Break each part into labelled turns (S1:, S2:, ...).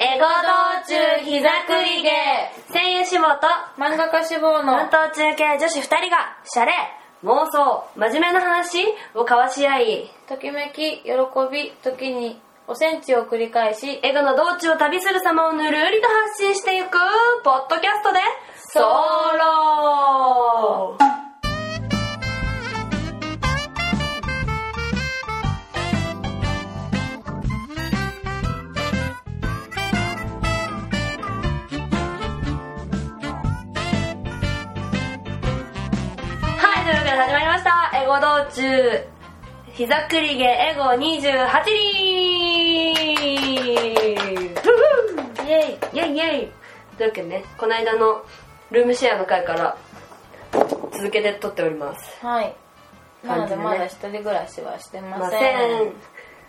S1: エゴ道中膝くり芸声優志望と
S2: 漫画家志望
S1: 関
S2: の
S1: 東中継女子2人がシャレ妄想真面目な話を交わし合い
S2: ときめき喜び時におセンチを繰り返し
S1: エゴの道中を旅する様をぬるりと発信していくポッドキャストでソロはいというわけで始まりましたエゴ道中膝くりげエゴ28輪
S2: イエ
S1: イ
S2: イ
S1: ェイイェイというわけでねこの間のルームシェアの回から続けて撮っております
S2: はいなの
S1: 感じで
S2: で
S1: ね
S2: まだ一人暮らしはしてま
S1: ませ
S2: せ
S1: ん
S2: ん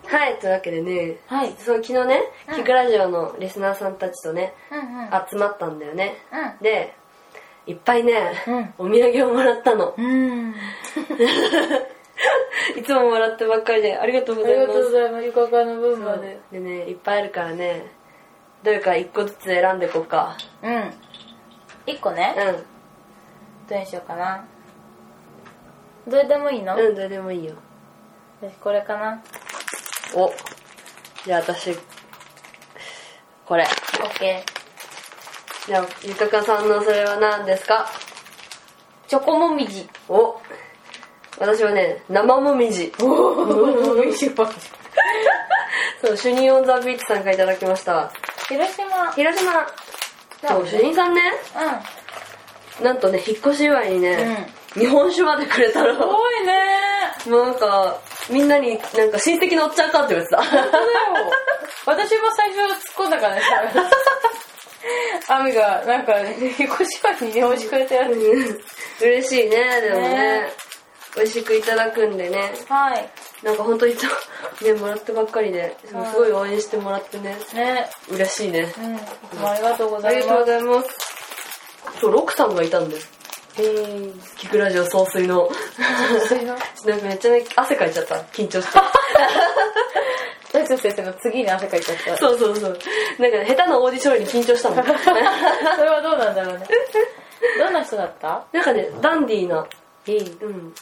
S1: はいというわけでね
S2: はい
S1: その昨日ね
S2: うん
S1: キクラジオのリスナーさんたちとね
S2: うんうん
S1: 集まったんだよね
S2: う
S1: でいっぱいね、
S2: う
S1: お土産をもらったの
S2: んうん
S1: いつももらってばっかりでありがとうご
S2: あ
S1: ざい
S2: り
S1: ます
S2: がとうございますゆかかの分
S1: そ
S2: も
S1: うねでねいっぱいあるからねどれか一個ずつ選んでいこうか
S2: うん一個
S1: う
S2: ね
S1: ん
S2: どれにしようかなどれでもいいの
S1: うんどれでもいいよ
S2: 私これかな
S1: おじゃあ私これ
S2: OK
S1: じゃあゆかかさんのそれは何ですか
S2: チョコもみじ
S1: お私はね生もみじ
S2: おおいしいパン
S1: そう主任オンザビーチさんからいただきました
S2: 広島
S1: 広島そう主任さんねなんとね引っ越し祝いに
S2: うんう
S1: ね、
S2: ん
S1: 日本酒までくれたら
S2: す
S1: も
S2: ごいね
S1: うなんかみんなになんか親戚のおっちゃんかって言われて
S2: 本当だよ私も最初突っ込んだからねそれアミがなんか引っ越し前に日本酒くれたやつ
S1: た嬉しいねでもね
S2: ね
S1: 美味しくいただくんでね
S2: はい
S1: なんか本当にいつもねもらってばっかりででもすごい応援してもらってね
S2: ね
S1: 嬉しいね
S2: うんいつもありがとうご
S1: あ
S2: ざい
S1: り
S2: ま
S1: がとうご
S2: す
S1: ざいますそうロクさんがいたんです
S2: えー
S1: キクラジオ総帥 のなんかめっちゃね汗かいちゃった緊張して
S2: 大丈夫先生の次に汗かいちゃった
S1: そうそうそうなんか、ね、下手なオーディションに緊張 したもん
S2: それはどうなんだろうねどんな人だった
S1: なんかねダンディーな
S2: えい
S1: うん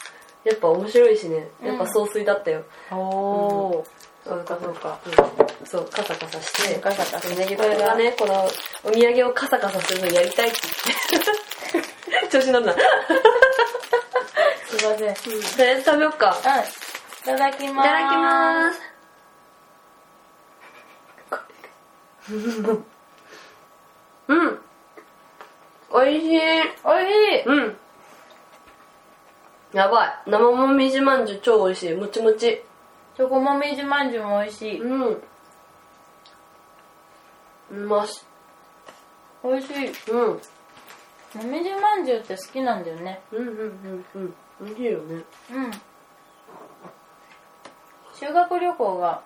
S1: やっぱ面白いしねやっぱ総帥だったよ、
S2: おお
S1: そうかそうか、うんそうカサカサして
S2: よかった
S1: お土産これがねこのお土産をカサカサするのやりたいって 言って調子乗んなと
S2: すいませんうんい
S1: りあえず食べよっか
S2: ただき
S1: い
S2: ます
S1: ただきますすうんおいしい
S2: おいしい
S1: うんやばい生もみじまんじゅう超おいしいもちもち
S2: チョコもみじまんじゅうもおいしい
S1: うんうまし
S2: おいしい
S1: うんうん
S2: もみじまんじゅうって好きなんだよね
S1: うんうんうんおいしいよね
S2: うん修学旅行が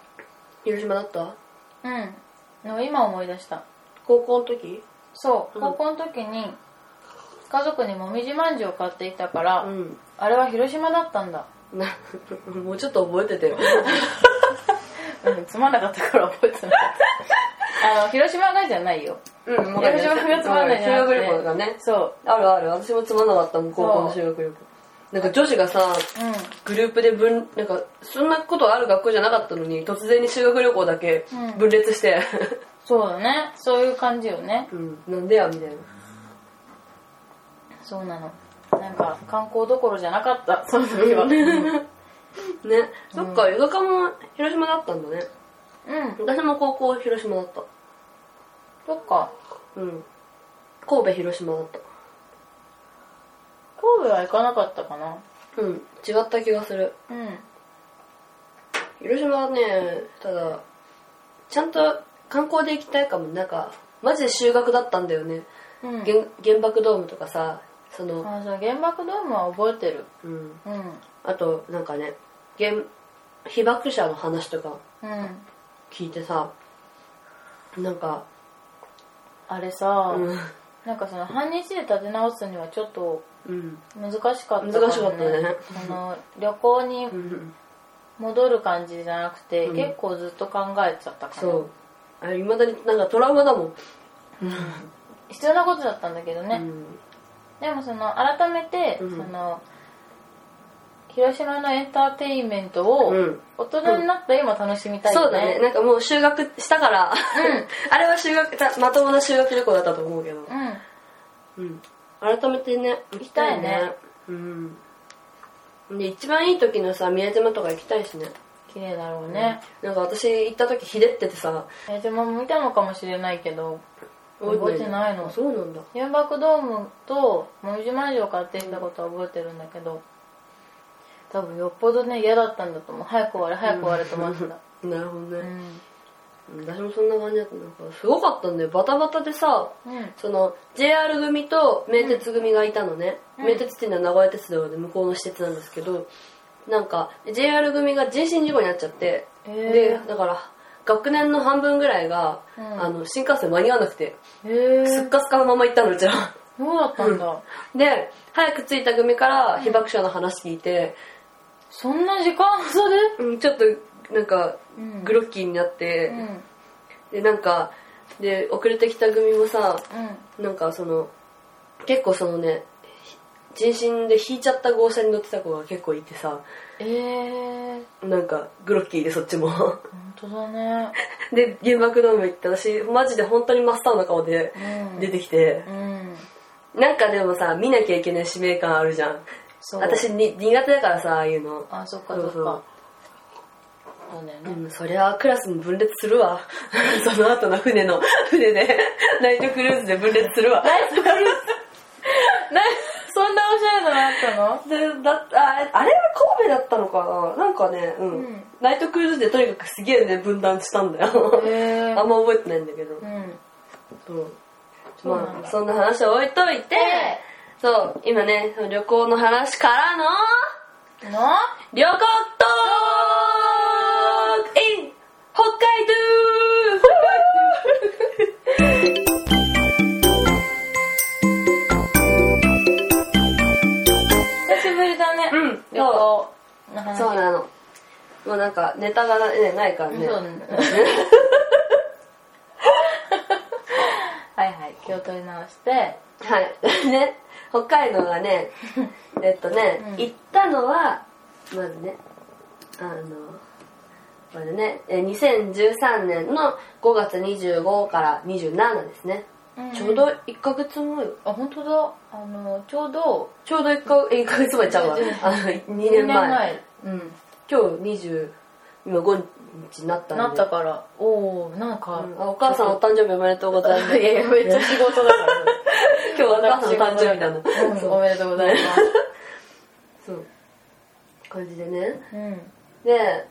S1: 広島だった
S2: うんの今思い出した
S1: 高校の時
S2: そう
S1: うん
S2: 高校の時に家族にもみじまんじゅうを買っていたから、
S1: ん
S2: あれは広島だったんだ、
S1: な もうちょっと覚えててよ
S2: うん、つまんなかったから覚えてなかった あの広島がじゃないよ
S1: うんも
S2: 広島がつまんないじゃな
S1: 修
S2: く
S1: 学
S2: て
S1: 旅行がね
S2: そ
S1: あるある私もつまんなかったもん高校の修学旅行なんか女子がさ
S2: ううん
S1: グループで分なんかそんなことある学校じゃなかったのに突然に修学旅行だけ
S2: うん
S1: 分裂 して、
S2: そうだねそういう感じよね
S1: うん、なんでやみたいな
S2: そうなのなんか観光どころじゃなかったその時は
S1: ねそっか映画館も広島だったんだね
S2: うん
S1: 私も高校広島だった
S2: そっか
S1: うん神戸広島だっ
S2: 神戸は行かなかったかな
S1: たうん違った気がする
S2: うん
S1: 広島はねただちゃんと観光で行きたいかもなんかマジで修学だったんだよね、
S2: うん
S1: 原原爆ドームとかさその、
S2: あそう原爆ドームは覚えてる
S1: うん、
S2: うん
S1: あとなんかね原被爆者の話とか
S2: うん
S1: 聞いてさなんか、
S2: あれさ、
S1: うん
S2: なんかその半日で立て直すにはちょっと
S1: うん
S2: 難しかった
S1: 難しかったね
S2: その旅行に
S1: うん
S2: 戻る感じじゃなくて、
S1: うん
S2: 結構ずっと考えちゃった から
S1: そうあれいまだになんかトラウマだもん、
S2: 必要なことだったんだけどね、
S1: うん
S2: でもその改めて、
S1: うん
S2: その広島のエンターテインメントを
S1: うん
S2: 大人になった今楽しみたい
S1: そう
S2: よ
S1: だね
S2: ね、
S1: なんかもう修学したから、 あれは修学たまともな修学旅行だったと思うけど、
S2: うん
S1: うん、改めてね行きたいね
S2: 行きたいね
S1: うんで一番いい時のさ宮島とか行きたいしね
S2: 綺麗だろうね、
S1: なんか私行った時ひでっててさ
S2: 宮島も見たのかもしれないけど覚えてないの
S1: あそうなんだ
S2: 原爆ドームともみじまんじゅうを買ってきたことは覚えてるんだけど多分よっぽどね嫌だったんだと思う早く終われ早く終われと思ってた、
S1: なるほど
S2: う
S1: ね、
S2: ん
S1: 私もそんな感じだったなんかすごかったんだよバタバタでさ
S2: うん
S1: その JR 組と名鉄組がいたのね、
S2: うん
S1: 名鉄っていうのは名古屋鉄道で向こうの施設なんですけどなんか JR 組が人身事故になっちゃって、
S2: へー
S1: でだから学年の半分ぐらいが、
S2: うん
S1: あの新幹線間に合わなくて
S2: へえ
S1: すっかすかのまま行ったのうちらは
S2: そうだったんだ、
S1: で早く着いた組から被爆者の話聞いて、
S2: そんな時間それ
S1: うんちょっとなんか
S2: うん
S1: グロッキーになって、
S2: うんうん
S1: でなんかで遅れてきた組もさなんかその結構そのね人身で引いちゃった号車に乗ってた子が結構いてさ
S2: えー、
S1: なんかグロッキーでそっちも
S2: 本当だね
S1: で原爆ドーム行った私マジで本当に真っ青な顔で
S2: うん
S1: 出てきて
S2: う、ん
S1: なんかでもさ見なきゃいけない使命感あるじゃん
S2: そう
S1: 私に苦手だからさああいうの
S2: あそっかそ
S1: そう
S2: っか
S1: そう
S2: そうだよね、
S1: うん、そりゃクラスも分裂するわ その後の船の船で ナイトクルーズで分裂するわ
S2: なそんなおしゃれなのあっ
S1: でだああれは神戸だったのかななんかね、うん
S2: うん
S1: ナイトクルーズでとにかくすげえね分断したんだよ
S2: た、のへえ
S1: あんま覚えてないんだけど、
S2: うん
S1: そう
S2: そうなんだ
S1: まあそんな話は置いといて、
S2: え
S1: そう今ねその旅行の話からの
S2: の
S1: 旅行トーク in 北 海道
S2: 久しぶりだね
S1: うん
S2: 旅行の話
S1: そうなのもうなんかネタがな,、ね、ないからね
S2: そうねはいはい気を取り直して
S1: はい。 ね、北海道が ね、えっとね、
S2: うん
S1: 行ったのは、まずね、あの、まずね、え2013年の5月25から27ですね。
S2: うん
S1: ちょうど1ヶ月前よ。
S2: あ本当だあのちょうど
S1: ちょうど1か1ヶ月前ちゃうわ。あの、2年前。
S2: うん
S1: 今日20、今5日になったんで。
S2: なったからおおなんか、
S1: うんあお母さんお誕生日おめでとうございます。
S2: いやいやめっちゃ仕事だ から
S1: 今日お母さんの誕生日なの。
S2: うんおめでとうございます
S1: そう。感じでね。
S2: うん
S1: で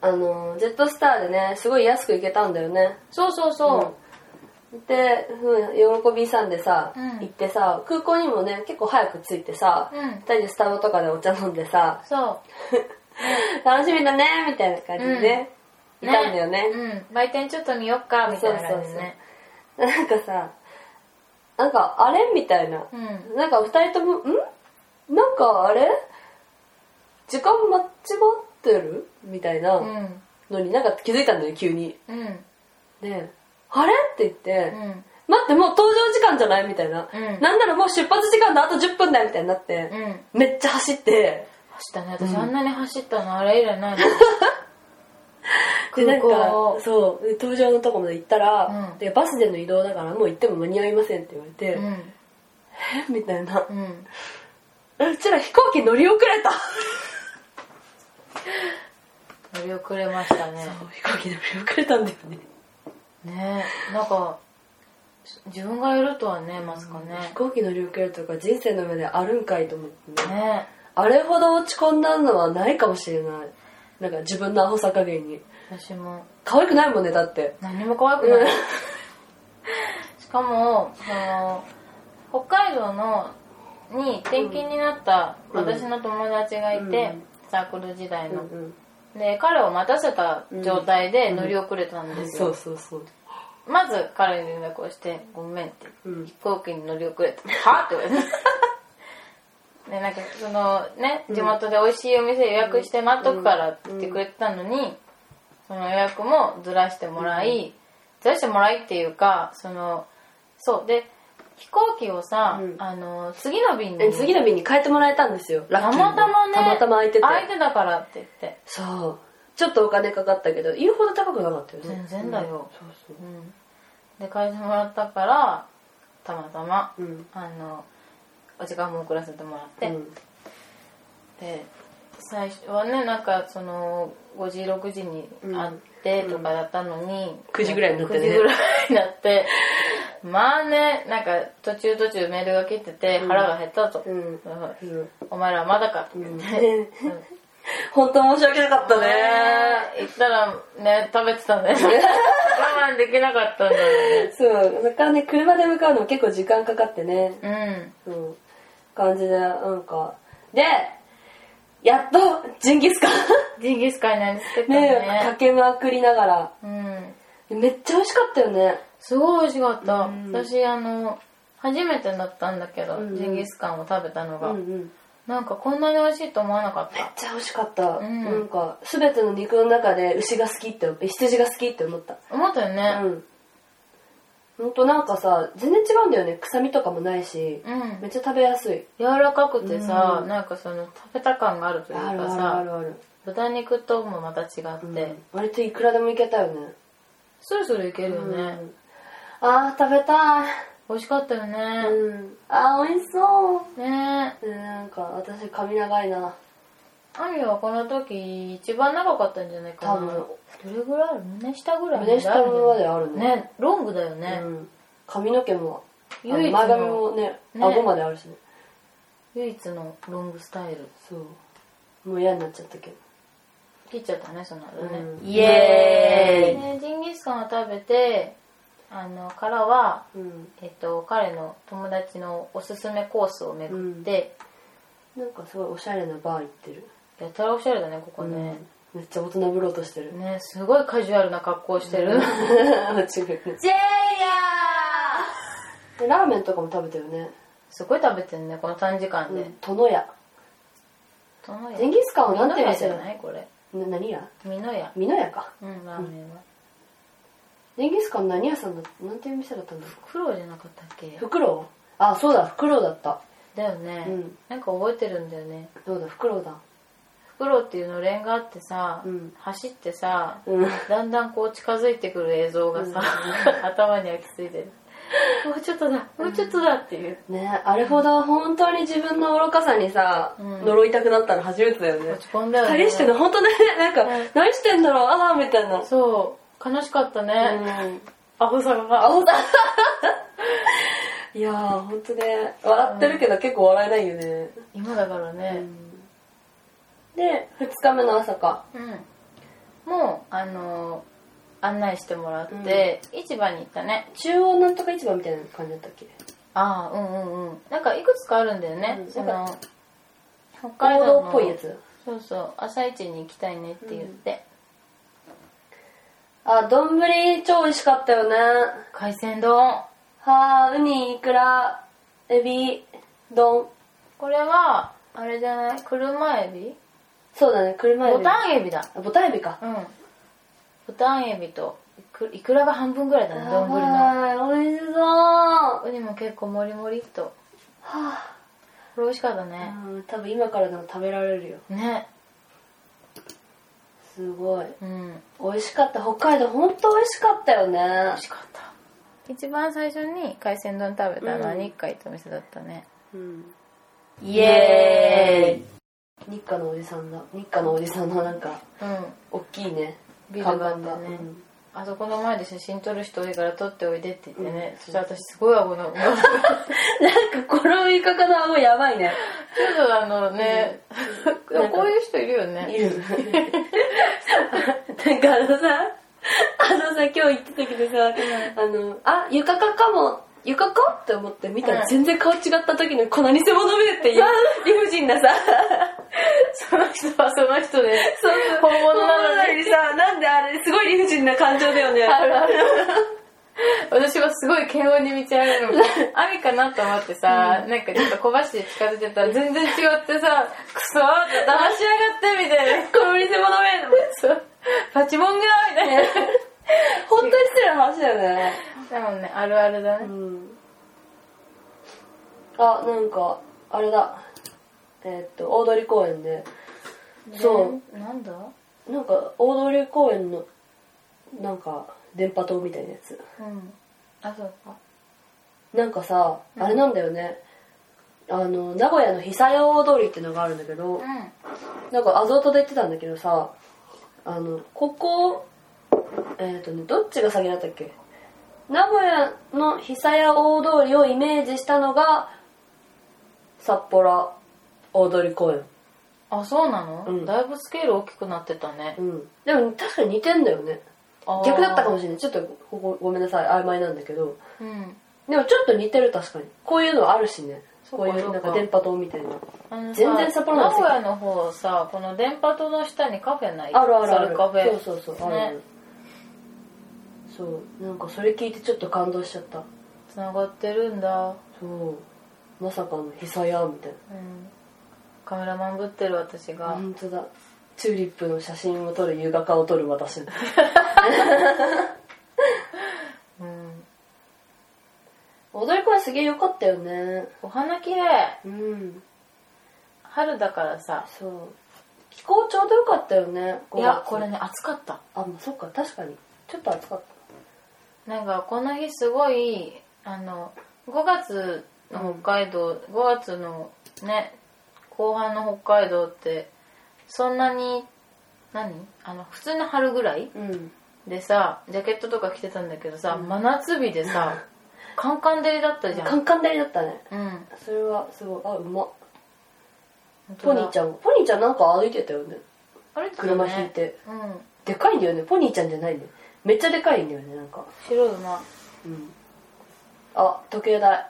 S1: あのジェットスターでねすごい安く行けたんだよね
S2: そうそうそ
S1: で、うん、喜びさんでさ、
S2: うん
S1: 行ってさ空港にもね結構早く着いてさ、
S2: ううん、
S1: 2人でスタバとかでお茶飲んでさ
S2: そ
S1: 楽しみだねみたいな感じでね、
S2: うん
S1: いたんだよね
S2: う、うん、売店ちょっと見よっかみたいな感じでね
S1: なんかさなんかあれみたいな、
S2: うん
S1: なんか2人ともんなんかあれ時間間違ってるみたいな
S2: うん
S1: のになんか気づいたんだよ急に
S2: うん
S1: であれって言って、
S2: うん
S1: 待って、もう登場時間じゃないみたいな。
S2: うん
S1: なんならもう出発時間のあと10分だみたいになって、
S2: うん
S1: めっちゃ走って、
S2: 走ったね私、あんなに走ったのあれ以来ないの
S1: で、な
S2: 空
S1: ん
S2: 港
S1: か、そう、で登場のとこまで行ったら、
S2: うん
S1: で、バスでの移動だからもう行っても間に合いませんって言われて、
S2: うん
S1: えみたいな。
S2: うん
S1: うちら飛行機乗り遅れた
S2: 乗り遅れましたね
S1: 飛行機乗り遅れたんだよね。
S2: ねなんか自分がいるとはねまさかね
S1: 飛行機乗り遅れるとか人生の上であるんかいと思ってね。
S2: ね
S1: あれほど落ち込んだのはないかもしれない。なんか自分のアホさ加減に。
S2: 私も
S1: 可愛くないもんね、だって。
S2: 何も可愛く
S1: う
S2: ない、
S1: ん。
S2: しかもその北海道のに転勤になった
S1: うん
S2: 私の友達がいて、
S1: うん
S2: サークル時代の、
S1: うん
S2: で彼を待たせた状態で乗り遅れたん
S1: う
S2: で
S1: ん
S2: す
S1: そ
S2: よ
S1: う、そうそう。
S2: まず彼に連絡をして「ごめん」って
S1: うん
S2: 飛行機に乗り遅れた「は?」って言われてね、なんかそのね地元で美味しいお店予約して待っとくからって言ってくれてたのに、その予約もずらしてもらい、ずらしてもらいっていうかそのそうで飛行機をさ、
S1: うん
S2: あの次の便
S1: え
S2: に
S1: 次の便に変えてもらえたんですよラ
S2: た
S1: ッキー
S2: またまね
S1: たまたま空いてて
S2: 空いてたからって言って
S1: そうちょっとお金かかったけど言うほど高くなかったよね
S2: 全然だよ
S1: うんそうそう
S2: うんで返してもらったからたまたま
S1: うん
S2: あのお時間も遅らせてもらって、
S1: うん
S2: で最初はねなんかその5時6時に会ってとかだったのに、
S1: 9時ぐらいになってね
S2: 9時ぐらいになってまあねなんか途中途中メールが来てて
S1: うん
S2: 腹が減ったと、
S1: うん
S2: うん
S1: うん
S2: お前らまだかと、
S1: うん
S2: ね
S1: 本当申し訳なかったね
S2: 行ったらね食べ てたんだよね我慢できなかったんだよね
S1: そうそっからね車で向かうのも結構時間かかってね
S2: うん
S1: うん感じでなんかでやっとジンギスカン
S2: ジンギスカンになりつけた
S1: ね
S2: ね
S1: かけまくりながら
S2: うん
S1: めっちゃ美味しかったよね
S2: すごい美味しかった、
S1: うん
S2: 私あの初めてだったんだけど、
S1: うんうん
S2: ジンギスカンを食べたの
S1: う
S2: が、
S1: んうん
S2: なんかこんなに美味しいと思わなかっ
S1: めったちゃ美味しかった、
S2: うん
S1: なんか全ての肉の中で牛が好きって羊が好きって思った
S2: 思ったよ
S1: う
S2: ね
S1: んほんとなんかさ全然違うんだよね臭みとかもないし
S2: うん、
S1: めっちゃ食べやすい
S2: 柔らかくてさ、
S1: うん
S2: なんかその食べた感があるという
S1: ある
S2: か
S1: ある
S2: さ
S1: あるある、
S2: 豚肉ともまた違って、
S1: うん、割といくらでもいけたよね
S2: スルスルいけるよね、
S1: うんあー食べたい
S2: 美味しかったよね、
S1: うんあー美味しそう
S2: ねえ
S1: ねなんか私髪長いな
S2: アミはこの時一番長かったんじゃないかな
S1: 多分
S2: どれぐらいある胸下ぐらい
S1: 胸下まであるね
S2: ねねロングだよね、
S1: うん、髪の毛もあの
S2: 唯一
S1: 前
S2: の
S1: 髪もね
S2: ね
S1: 顎まであるしね
S2: 唯一のロングスタイル
S1: そうもう嫌になっちゃったけど
S2: 切っちゃったねその後ね、
S1: うん
S2: イ
S1: イ
S2: エ
S1: エ
S2: ー
S1: ー
S2: イ
S1: イ
S2: ジンギスカンを食べてあのからは、
S1: うん
S2: えっと、彼の友達のおすすめコースを巡って、
S1: なんかすごいおしゃれなバー行ってる
S2: やたらおしゃれだねここね、
S1: うんめっちゃ大人ぶろうとして る
S2: ねすごいカ ジュアルな格好をしてる、
S1: 間違いない
S2: ジェイヤー
S1: でラーメンとかも食べてるね
S2: すごい食べてるねこの短時間で、
S1: 殿屋ジンギスカンはなんて
S2: 美
S1: 言う
S2: 味
S1: ん
S2: しい
S1: だ
S2: じ
S1: よ
S2: ゃないこれ
S1: な何屋
S2: 美濃屋
S1: 美濃屋か
S2: うんラーメンは、
S1: ジンギスカン何屋さんだなんていう店だったんだろ
S2: 黒じゃなかったっけ
S1: うフクロウあそうだフクロウだった
S2: だよね、
S1: うん
S2: なんか覚えてるんだよね
S1: どうだフクロウだ
S2: 袋っていうのれんがあってさ、
S1: うん
S2: 走ってさ、
S1: うん
S2: だんだんこう近づいてくる映像がさ、 頭に焼き付いてるもうちょっとだもうちょっとだっていう、
S1: ねあれほど本当に自分の愚かさにさ、
S2: うん
S1: 呪いたくなったの初めてだよね
S2: 落ち込んだよね
S1: 二人してんの本当ねなんか、
S2: うん
S1: 何してんだろうああみたいな
S2: そう悲しかったね、
S1: うん
S2: アホさ
S1: あ
S2: が
S1: ほんといやー本当ね笑ってるけど結構笑えないよね、
S2: 今だから
S1: う
S2: ね
S1: んで2日目の朝か
S2: うん、もうあのー案内してもらって、市場に行ったね
S1: 中央なんとか市場みたいな感じだったっけ
S2: ああうんうんうんなんかいくつかあるんだよね、
S1: うん
S2: そ
S1: なん
S2: の北海
S1: 行
S2: 道
S1: 動
S2: の
S1: っぽいやつ
S2: そうそう朝一に行きたいねって言って、
S1: あ丼超美味しかったよね
S2: 海鮮丼
S1: はあウニイクラエビ丼
S2: これはあれじゃない車エビ
S1: そうだね車エビ
S2: ボタンエビだ
S1: あボタンエビか
S2: うんボタンエビといくいくらが半分ぐらいだね丼の
S1: の美味しそうは
S2: ウニも結構もりもりっと
S1: あ、
S2: これ美味しかったね、
S1: うん、多分今からでも食べられるよ
S2: ね
S1: すごい
S2: うん
S1: 美味しかった北海道本当美味しかったよね
S2: 美味しかった一番最初に海鮮丼食べたのは日海ってお店だったね、
S1: うん
S2: イエ
S1: 日課のおじさんだ日課のおじさんのなんか
S2: ーイうん
S1: 大きいね
S2: ビルがあっ
S1: 看
S2: てね
S1: 板がうん
S2: あそこの前で写真撮る人多いから撮っておいでって言ってね、そしたら私すごい顎の ちょっ
S1: なんかこの言い方の顎やばいね
S2: とあのね、でもこういう人いるよね
S1: いるなんかあのさあのさ今日言ってたけどさあのあゆかかかもゆかかって思って見た
S2: う
S1: ら
S2: ん
S1: 全然顔違った時のこの偽物めっていう理不尽なさ
S2: その人はその人で
S1: そう
S2: 本物なのに
S1: にさなんであれすごい理不尽な感情だよね
S2: あるある私はすごい嫌悪に満ちあれ るの雨かなと思ってさ、なんかちょっと小走り近づいてたら全然違ってさクソーって騙しやがってみた いな
S1: この偽物め
S2: そうパチモンがみたいな
S1: 本当に失礼な話だよね
S2: 多分ねあるあるだ
S1: う
S2: ね
S1: んあなんかあれだえーっと大通公園でそ
S2: でなんだ
S1: なんか大通公園のなんか電波塔みたいなやつ
S2: うんあそうか
S1: なんかさあれなんだよね、あの名古屋の久屋大通りってのがあるんだけど
S2: うん
S1: なんかアゾートで言ってたんだけどさあのここえっ、ー、とねどっちが先だったっけ名古屋の久屋大通りをイメージしたのが札幌大通公園
S2: あそうなの、
S1: うん
S2: だいぶスケール大きくなってたね
S1: うんでも確かに似てんだよね
S2: あー
S1: 逆だったかもしれないちょっとここごめんなさい曖昧なんだけど
S2: うん
S1: でもちょっと似てる確かにこういうのあるしね
S2: そう
S1: こ
S2: か
S1: ういうなんか電波塔みたいな
S2: あのさ
S1: 全然札幌なん
S2: 名
S1: ですよ
S2: 古屋の方さこの電波塔の下にカフェない
S1: あるあるあ
S2: サル
S1: る
S2: カフェ
S1: そうそうそう、
S2: ね
S1: あるあるそうなんかそれ聞いてちょっと感動しちゃった
S2: つながってるんだ
S1: そうまさかの久屋みたいな
S2: うんカメラマンぶってる私が、
S1: 本当だチューリップの写真を撮る夕方を撮る私
S2: うん
S1: 踊り声すげえ良かったよね
S2: お花きれ
S1: う
S2: い
S1: ん
S2: 春だからさ
S1: そう気候ちょうど良かったよね
S2: いやこれね暑かった
S1: あまあそっか確かにちょっと暑かっ
S2: なんかこの日すごいあの5月の北海道、5月のね後半の北海道ってそんなに何あの普通の春ぐらい
S1: たうん
S2: でさジャケットとか着てたんだけどさ、
S1: うん
S2: 真夏日で さカンカン照りだったじゃん
S1: カンカン照りだったね
S2: うん本
S1: それはすごいあうま
S2: 当
S1: ポ
S2: だ
S1: ニーちゃんポニーちゃんなんか歩いてたよね
S2: あれってね
S1: 車引いて、
S2: うん
S1: でかいんだよねポニーちゃんじゃないんだよめっちゃでかいんだよねなんか
S2: 白馬
S1: うんあ時計台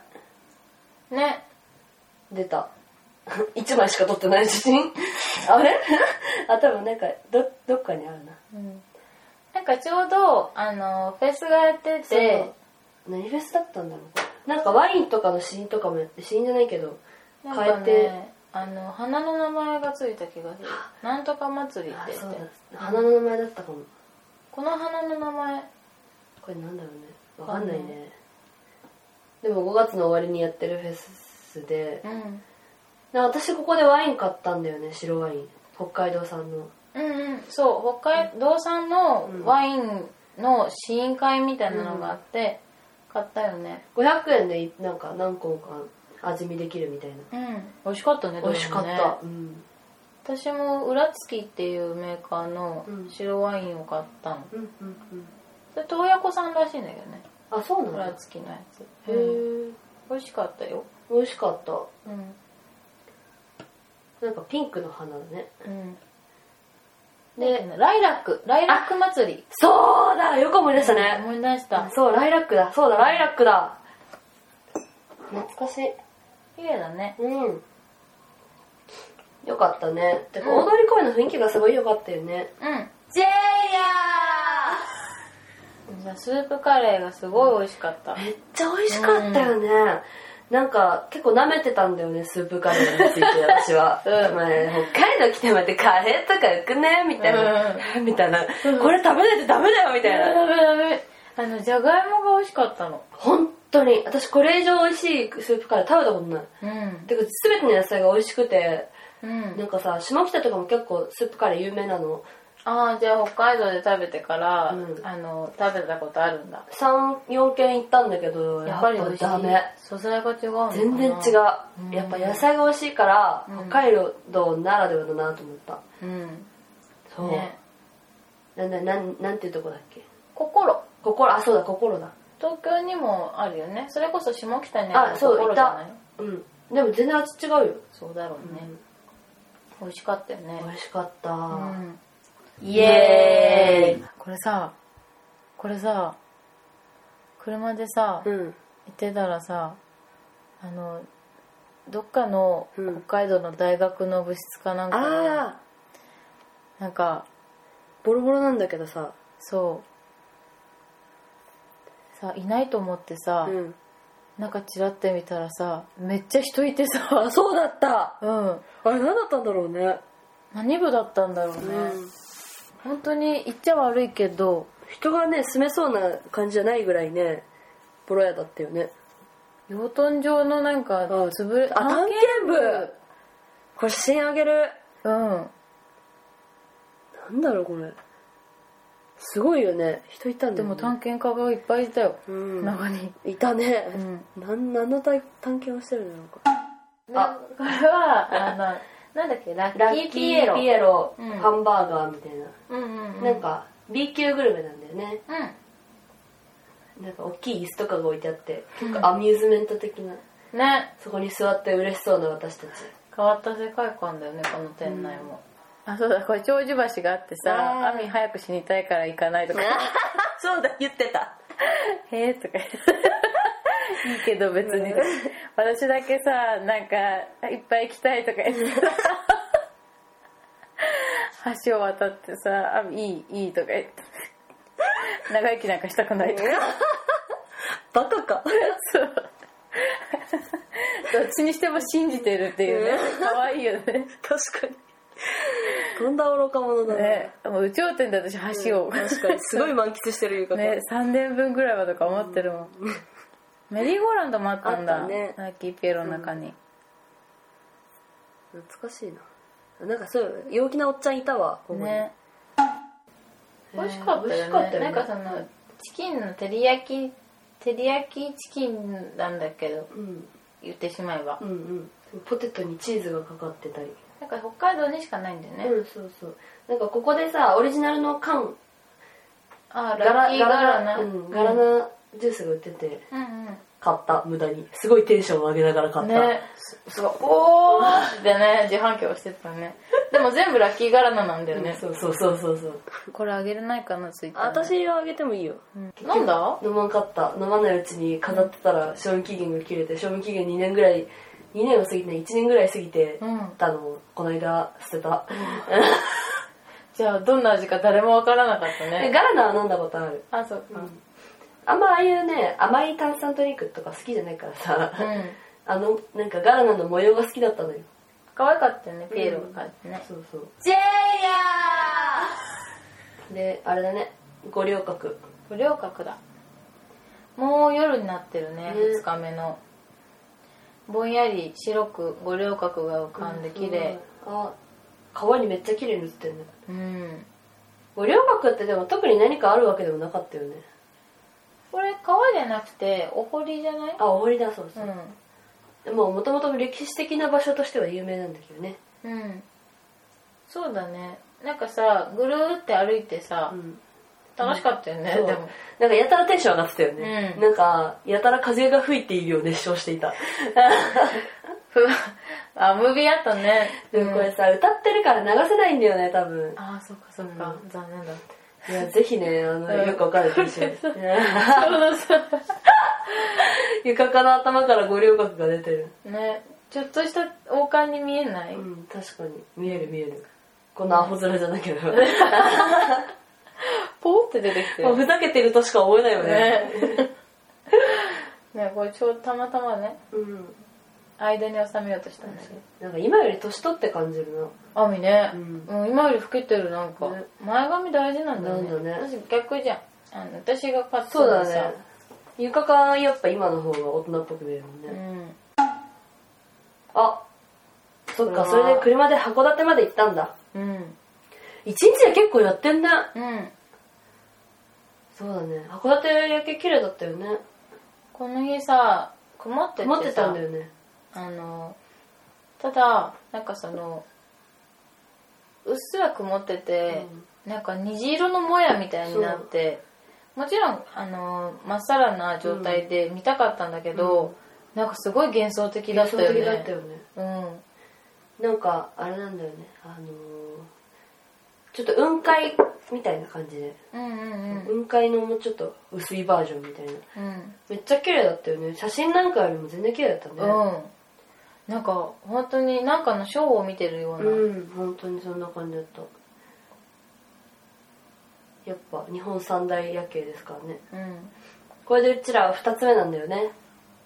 S2: ね
S1: 出た 一枚しか撮ってない写真 あれあ多分なんかどどっかにあるな
S2: うんなんかちょうどあのフェスがやってて
S1: そう何フェスだったんだろうこれなんかワインとかのシーンとかもやってシーンじゃないけど
S2: な
S1: 変
S2: んか
S1: えて、
S2: ねあの花の名前がついた気がするなんとか祭りっ
S1: あ
S2: て言
S1: そう
S2: って
S1: だ花の名前だったかも
S2: この花の名前
S1: これなんだろうねわかんないねでも5月の終わりにやってるフェスで
S2: うん
S1: なんか私ここでワイン買ったんだよね白ワイン北海道産の
S2: うんうんそう北海道産のワインの試飲会みたいなのがあって買ったよね
S1: 500円でいなんか何個か味見できるみたいな
S2: うん美味しかったね
S1: 美味しかっ
S2: どれもね
S1: た、うん
S2: 私も裏月っていうメーカーの
S1: うん
S2: 白ワインを買ったの
S1: うんうんうん
S2: それ洞爺湖さんらしいんだけどね
S1: あそうなんだ
S2: 裏
S1: へ
S2: 付きのやつ、うん
S1: え
S2: 美味しかったよ
S1: 美味しかった
S2: うん、
S1: なんかピンクの花だね
S2: うん、
S1: で
S2: ライラックライラック祭り
S1: そうだよく思い出したね
S2: 思い出した
S1: そうライラックだそうだライラックだ懐かしい
S2: 綺麗だね
S1: うんよかったねてか
S2: うん
S1: 大通り公園の雰囲気がすごいよかったよね
S2: うん
S1: ジェイヤ
S2: じゃあスープカレーがすごい美味しかった
S1: めっちゃ美味しかったよね、なんか結構舐めてたんだよねスープカレーについて私は
S2: うん
S1: お前北海道来てまでカレーとかよくねみたいな、 みたいな、これ食べないとダメだよみたいな、
S2: ダメダメあのじゃがいもが美味しかったの
S1: 本当に私これ以上美味しいスープカレー食べたことない
S2: うん
S1: てか全ての野菜が美味しくて
S2: うん
S1: なんかさ下北とかも結構スープカレー有名なの
S2: ああじゃあ北海道で食べてから、
S1: うん
S2: あの食べたことあるんだ
S1: 34軒行ったんだけどや
S2: や
S1: っ
S2: っ
S1: ぱ
S2: ぱ
S1: り
S2: り美味しい
S1: ダメ
S2: 素材が違うのかな
S1: 全然違う
S2: うん
S1: やっぱ野菜が美味しいから
S2: うん
S1: 北海道ならではだなと思った
S2: うん
S1: そう、
S2: ね
S1: なんだなんなんていうとこだっけ
S2: 心
S1: 心あそうだ心だ
S2: 東京にもあるよねそれこそ下北にあ
S1: あ
S2: る
S1: そう
S2: 心じゃない
S1: うんでも全然味違うよ、
S2: そうだろうね、
S1: うん
S2: 美味しかったよね
S1: 美味しかった、
S2: うん、
S1: イエーイ
S2: これさこれさ車でさ行
S1: うん
S2: ってたらさあのどっかの
S1: うん
S2: 北海道の大学の部室かなんかで、
S1: ああ
S2: なんか
S1: ボロボロなんだけどさ
S2: そうさいないと思ってさ、
S1: うん
S2: なんかチラって見たらさめっちゃ人いてさ
S1: あそうだった
S2: うん
S1: あれ何だったんだろうね
S2: 何部だったんだろうね、
S1: うん
S2: 本当に言っちゃ悪いけど
S1: 人がね住めそうな感じじゃないぐらいねボロ屋だったよね
S2: 養豚場のなんか
S1: うん
S2: 潰れ
S1: あ探検部これ写真あげる
S2: うん
S1: なんだろうこれすごいよね人いたんだ
S2: で
S1: よ、ね、
S2: も探検家がいっぱいいたよ、
S1: うん
S2: 中に
S1: いたね、
S2: うん
S1: なん何の探探検をしてるのなんかあ
S2: あこれはあのなんだっけラッキーピエロ
S1: ピエロ、
S2: うん
S1: ハンバーガーみたいな、
S2: うんうんうん
S1: なんか B 級グルメなんだよね
S2: うん
S1: なんか大きい椅子とかが置いてあって結構アミューズメント的な、
S2: ね
S1: そこに座って嬉しそうな私たち
S2: 変わった世界観だよねこの店内も、あそうだこれ長寿橋があって
S1: ね
S2: さ「亜美早く死にたいから行かない」と か
S1: そうだ言ってた
S2: 「へえ」とか言って いいけど別に、私だけさなんかいっぱい行きたいとか言ってさ橋を渡ってさ「あいいいい」とか言って長生きなんかしたくないとか
S1: バカか
S2: そう。 どっちにしても信じてるっていうね。可愛いよね。
S1: 確かにとんだ愚か者だね
S2: ね、もう有頂天で私橋を、
S1: 確かにすごい満喫してる浴衣、
S2: ね、3年分ぐらいはとか思ってるもん。メリーゴーランドもあったん
S1: あっ
S2: だ。
S1: たね
S2: ラッキーピエロの中に。
S1: 懐かしいななんかそういう陽気なおっちゃんいたわここに
S2: ね。
S1: 美味しかったよね
S2: なんかその、チキンの照り焼き、照り焼きチキンなんだけど、
S1: うん
S2: 言ってしまえば
S1: う。んうんポテトにチーズがかかってたり
S2: なんか北海道にしかないんだよね。
S1: うんそうそうなんかここでさオリジナルの缶
S2: あ、
S1: ガ
S2: ラッ
S1: ラ
S2: キー
S1: ガ
S2: ガ
S1: ラ
S2: ラ
S1: ナ
S2: ナ。
S1: うんガラナジュースが売ってて
S2: うんうん。
S1: 買った無駄にすごいテンションを上げながら買った、
S2: ねすすごいおーってね自販機をしてたねでも全部ラッキーガラナなんだよ
S1: うん
S2: ね、
S1: そうそうそうそうそう
S2: これあげれないかなツイッター
S1: はあげてもいいよ
S2: なんだ
S1: 飲まんかった飲まないうちに飾ってたら賞味期限が切れて賞味期限2年ぐらい2年は過ぎてない1年ぐらい過ぎて
S2: うん
S1: たのをこの間捨てた、
S2: じゃあどんな味か誰もわからなかった
S1: え
S2: ね
S1: ガラナは飲んだことある
S2: あそうか
S1: あんまああいうね甘い炭酸ドリンクとか好きじゃないからさ、
S2: うん、
S1: あのなんかガラナの模様が好きだったのよ
S2: 可愛かったよねピエロが買ってね、
S1: そうそう
S2: ジェイヤ
S1: であれだね五稜郭
S2: ー不良格だもう夜になってるね、
S1: ね
S2: 2日目のぼんやり白く五稜郭が浮かんで綺麗
S1: あ川にめっちゃ綺麗に映ってるね
S2: うん
S1: 五稜郭ってでも特に何かあるわけでもなかったよね
S2: これ川じゃなくてお堀じゃない
S1: あお堀だそうそうう、
S2: ん
S1: もうもともと歴史的な場所としては有名なんだけどね
S2: うんそうだねなんかさぐるーって歩いてさ、
S1: ん
S2: 楽しかったよね、
S1: そう
S2: でも
S1: なんかやたらテンション上がってたよね、
S2: うん
S1: なんかやたら風が吹いているよう熱唱していた
S2: ふわ あムービーやったね
S1: でもこれさ、歌ってるから流せないんだよね多分
S2: ああそっかそっか、残念だっ
S1: いやぜひねあの、
S2: うん
S1: よくわかるテンション
S2: たちょうどさ
S1: 床から頭から五稜郭が出てる
S2: ねちょっとした王冠に見えない、
S1: うん確かに見える見えるこんなアホ面じゃなければ
S2: ポーって出てきて
S1: もう
S2: る
S1: ふざけてるとしか思えないよね
S2: ねねこれちょうどたまたまね
S1: うん
S2: 間に収めようとしたんだけ
S1: な
S2: ど
S1: んか今より年取って感じる
S2: あみね、
S1: う
S2: うんん今より老けてるなんか、
S1: ね
S2: 前髪大事なんだよね
S1: なんだね
S2: 私逆じゃんあの私が買っ
S1: な
S2: て
S1: そうだ
S2: さ
S1: ね床からやっぱ今の方が大人っぽく見えるもんね、
S2: うん
S1: あそっか
S2: うわー
S1: それで車で函館まで行ったんだ
S2: うん
S1: 一日で結構やってんね
S2: うん
S1: そうだね函館夜景綺麗だったよね
S2: この日さ曇っててさ
S1: 持ってたんだよね
S2: あのただなんかそのうっすら曇ってて、なんか虹色のもやみたいになってもちろんあのまっさらな状態で見たかったんだけど、なんかすごい幻想的だっ
S1: 幻
S2: た
S1: 想
S2: よね
S1: 的だったよね
S2: うん
S1: なんかあれなんだよねあのー、ちょっと雲海みたいな感じで、
S2: うんうんうん
S1: 雲海のもうちょっと薄いバージョンみたいな
S2: うん
S1: めっちゃ綺麗だったよね写真なんかよりも全然綺麗だったね
S2: うんなんか本当になんかのショーを見てるような、
S1: うん本当にそんな感じだったやっぱ日本三大夜景ですからね
S2: うん
S1: これでうちらは2つ目なんだよね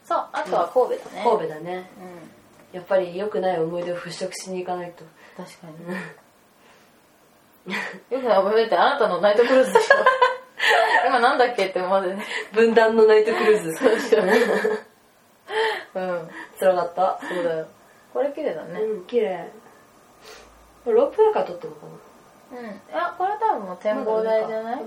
S2: そうあとは神戸だね
S1: 神戸だね
S2: うん
S1: やっぱり良くない思い出を払拭しに行かないと
S2: 確か によくない思い出ってあなたのナイトクルーズ でしょ今なんだっけって思わずね
S1: 分断のナイトクルーズ
S2: そうでしょうん
S1: つらかった
S2: そうだよこれ綺麗だね
S1: うん綺麗ロープウェイから撮ってるのかな
S2: うんあこれ多分もう展望台じゃない、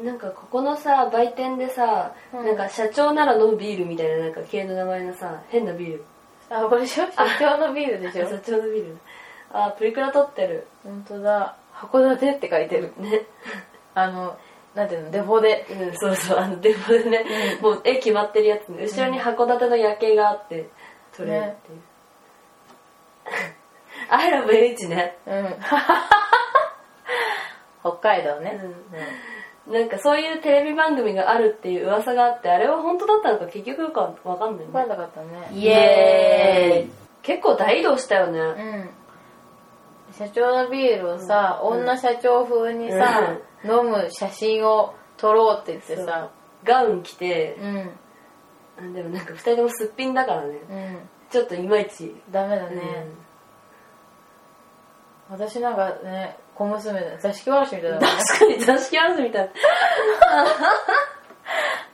S1: うんなんかここのさ売店でさ、
S2: うん
S1: なんか社長なら飲むビールみたいななんか系の名前のさ変なビール
S2: あこれでしょ社長のビールでし
S1: 社
S2: ょ
S1: 長のビールあプリクラ撮ってる
S2: 本当だ函館って書いてる
S1: ね
S2: あのなんていうのデフォで
S1: うんそうそうあのでもね、もう絵決まってるやつね後ろに函館の夜景があって撮れるって いう、I love H ね
S2: うん 北海道ね、
S1: うん
S2: うん
S1: なんかそういうテレビ番組があるっていう噂があってあれは本当だったのか結局よくわかんないね
S2: 分かんなかったね
S1: イエーイ結構大移動したよ
S2: う
S1: ね。
S2: ん社長のビールをさ、女社長風にさ、飲む写真を撮ろうって言ってさ
S1: ガウン着て
S2: う、ん
S1: でもなんか二人ともすっぴんだからね。
S2: うん
S1: ちょっといまいち。
S2: ダメだね、私なんかね小娘だ座敷わらしみたいだもんね
S1: 確かに座敷あるみたい
S2: あ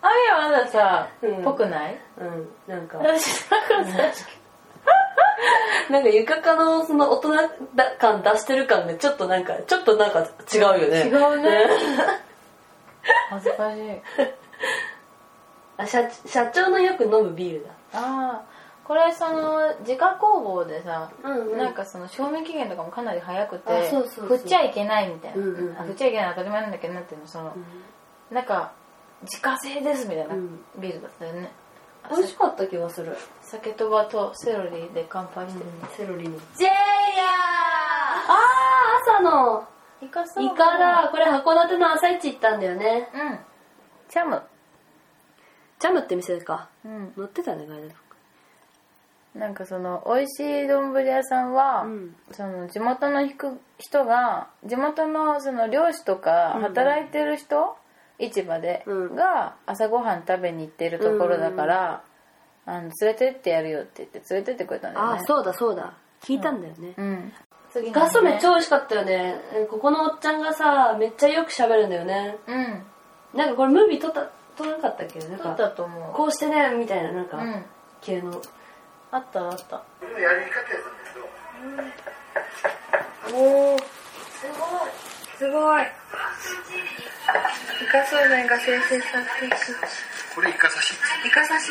S2: みはまださ、
S1: うん
S2: ぽくない
S1: な。うん。なんか、
S2: 私なんか座敷
S1: なんか床下のその大人だ感出してる感がちょっとなんか、ちょっとなんか違うよね。
S2: 違うね恥ずかしい
S1: あ、社、社長のよく飲むビール
S2: ああこれその自家工房でさ、
S1: だ。うん
S2: なん、かその賞味期限とかもかなり早くて
S1: あそうそうそう
S2: 振っちゃいけないみたいな、
S1: うんうんうん
S2: あ振っちゃいけないのは当たり前なんだけどなんていうのその、なんか自家製ですみたいな
S1: うん
S2: ビールだったよね、
S1: 美味しかった気がする。
S2: 酒とばとセロリで乾杯してる、
S1: セロリに。
S2: ジェイヤ
S1: あー、朝の、
S2: ーイカそう
S1: イカだ。これ函館の朝市行ったんだよね。
S2: うんチャム
S1: ジャムって店か。
S2: うん
S1: 乗ってたね、ガイドブッ
S2: なんかその美味しい丼屋さんは、
S1: うん
S2: その地元のひく人が地元のその漁師とか
S1: うん
S2: 働いてる人、市場で、
S1: うん
S2: が朝ごはん食べに行ってるところだから、あの連れてってやるよって言って連れてってくれたんだよ
S1: あ
S2: ね
S1: あ、そうだそうだ。聞いたんだよね。
S2: うん次
S1: ガソめっちゃ美味しかったよね。ここのおっちゃんがさ、めっちゃよく喋るんだよね。
S2: うん
S1: なんかこれムービー撮った、撮らなかったっけなん
S2: 撮っ
S1: か、
S2: たと思
S1: こうしてね、みたいな、なん
S2: う
S1: か
S2: う、ん
S1: 系の。
S2: あったあった
S3: やり方やったんですよ。
S1: おー、すごい。
S4: イカそうめんが生成されていく
S3: これイカ刺し。
S4: イカ刺し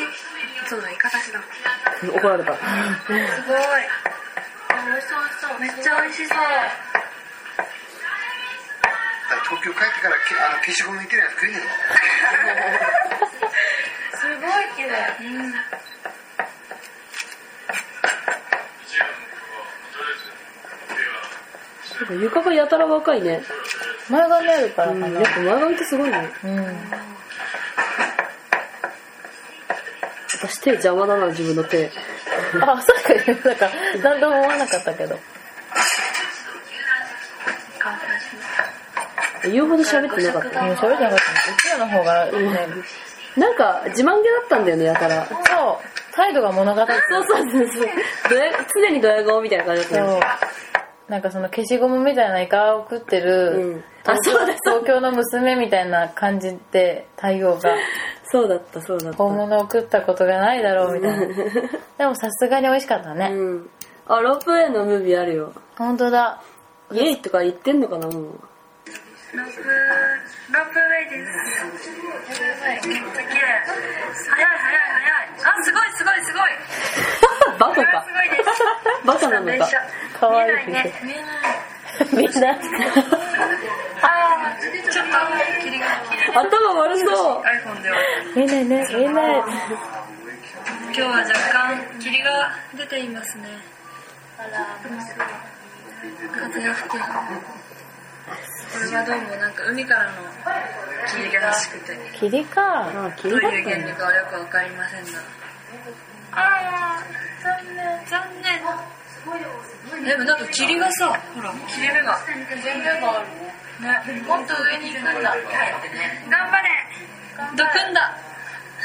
S4: そうだイカ刺しだ
S1: す
S4: す
S1: ごい。怒られた。
S4: ごいあ美味しそう美味しそうめっちゃ美味しそう
S3: 東京帰ってからけあの消しゴムいけないやつ食えねえの。
S4: すごい綺麗うん
S1: 床がやたら若いね。
S2: 前髪あるからかな、
S1: やっぱ前髪ってすごいね。
S2: うん
S1: 私手邪魔だな、自分の手。
S2: あそうか言うなんか何とも思わなかったけど
S4: イカ刺し
S1: 言うほど喋ってなかっ
S2: もう喋ってなかったうちらの方がね、
S1: た。なんか、自慢げだったんだよね、やたら。
S2: そう態度が物語ってる
S1: そうそうそうそう。ドヤ常にドヤ顔みたいな感じだったよね
S2: そうなんかその消しゴムみたいなイカを食って
S1: う
S2: る
S1: ん、あ
S2: 東京
S1: そうだ
S2: 東京の娘みたいな感じで対応が
S1: そうだった、そうだった。
S2: 本物を食ったことがないだろうみたいなでもさすがに美味しかったね、
S1: うん。あ、ロープウェイのムービーあるよ。
S2: 本当だ
S1: イエイとか言ってんのかな、もう。
S4: ロープロープウェイですやばいめっちゃ綺麗早い早い早いあすごいすごいすごい
S1: バカ
S4: これは
S1: か
S4: す。ごいです
S1: バカなのか。
S2: かわいい
S4: 見えないね見
S2: みん
S4: えない
S2: な
S4: あーちょっと霧が
S1: 頭悪そう。
S4: iPhone では
S2: 見えないね見えない
S4: 今日は若干霧が出ていますねあら風が吹けこれはどうもなんか海からの霧らしくて
S2: 霧か
S1: ああ、
S4: ど
S1: 気
S4: う
S1: になっ
S4: いう原理かはよくわかりませんがあー残念残念でもなんか霧がさほら切れ目が全部があるねもっと上に行くんだ頑張れどくんだ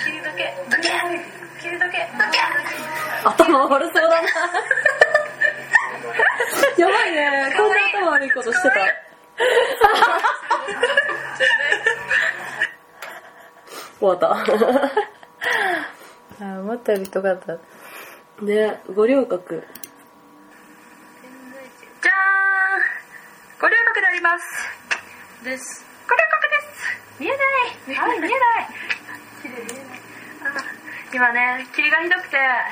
S4: 切りどけどけ切りどけどけ
S1: 頭悪そうだな やばいねこんな頭悪いことしてた 終わった
S2: あ思ったよりとかった
S1: ね五稜郭
S4: じゃーんご留学でありますですご留学です見えないはい見えないあ今ね霧がひどくて
S1: あ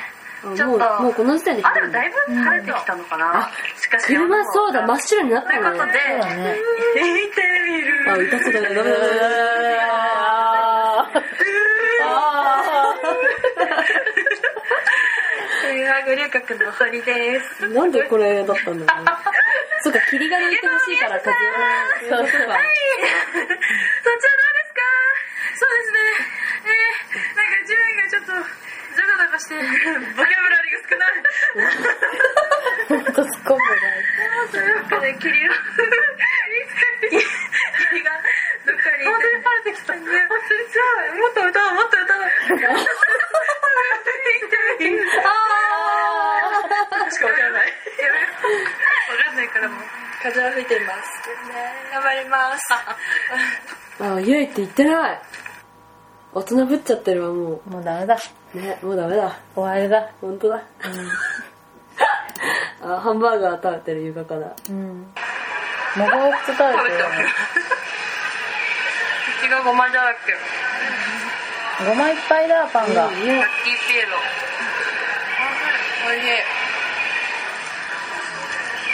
S4: ちょ
S1: も
S4: っと
S1: うもうこの時点で
S4: あでもだいぶ晴れてきたのかな、しかし
S1: 車そうだ真っ
S4: 白
S1: 白になっ
S4: と
S1: た
S4: いうこと
S1: よ
S4: で
S1: ね
S2: そうだね
S4: 見てみる
S1: あ歌ってたねダメだダメだダメだダメだあ
S4: これはご留学の堀で す
S1: ーなんでこれだったんだろうねそっか霧が抜いてほしいから風をそうそうか
S4: そっちはどうですかそうですねえー、なんか地面がちょっとザバザバしてボキャブラリーが少ない
S2: ほんと突っ込む
S4: というわけで霧がいつか霧がどっかに本当に晴れてきた忘れちゃうもっと歌おうもっと歌おう見てみるしかわからない。わかんないからもう。風は吹いています。頑張ります。
S1: あーゆいって言ってない大人ぶっちゃってるわも
S2: もうダメだ
S1: うねもうダメだ
S2: 終わりだ
S1: 本当だ、あハンバーガー食べてる床から
S2: うん長尾靴食べてる
S4: 口がごまだらけ。
S2: ごまいっぱいだパンが、
S4: ラッキーピエロ。おいしい。金持ちになります。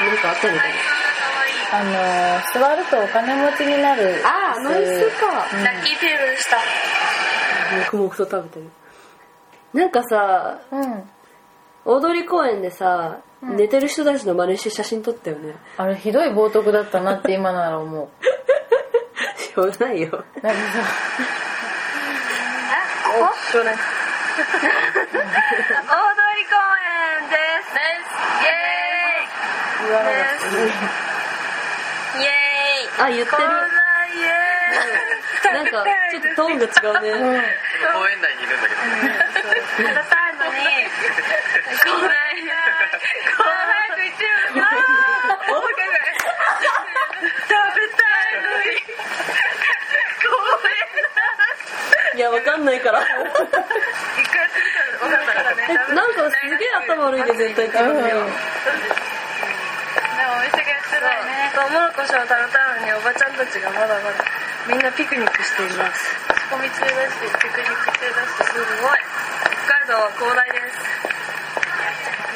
S1: 何かあったのかな
S2: あのー座るとお金持ちになる
S1: あーあの椅子か
S4: ラッキーピエロでした。
S1: 黙々と食べてるなんかさ
S2: うん
S1: 大通公園でさ、寝てる人たちの真似して写真撮ったよね
S2: あれひどい冒涜だったなって今なら思う
S1: しょうがないよ
S2: なんかさ
S4: おっとね。大通り公園です。です。
S2: 言わなかっ
S4: イエー
S1: あ言
S4: イ。です。イエーイ。
S1: ってる
S4: こんな家。
S1: なんかちょっとトーンが違うね
S3: 公園内にいるんだけど
S4: 食べたいのに来ないなこんな早く行ってよな大きな食べたいのにごめん
S1: いやわかんないから
S4: 一回やってみたら分かったからね
S1: えなんかすげえ頭悪いね全体的に、
S2: うん
S4: でもお店がやってないねトウモロコシを食べたのにおばちゃんたちがまだまだみんなピクニックしています仕込み中だしピクニック中だしすごい北海道は広大です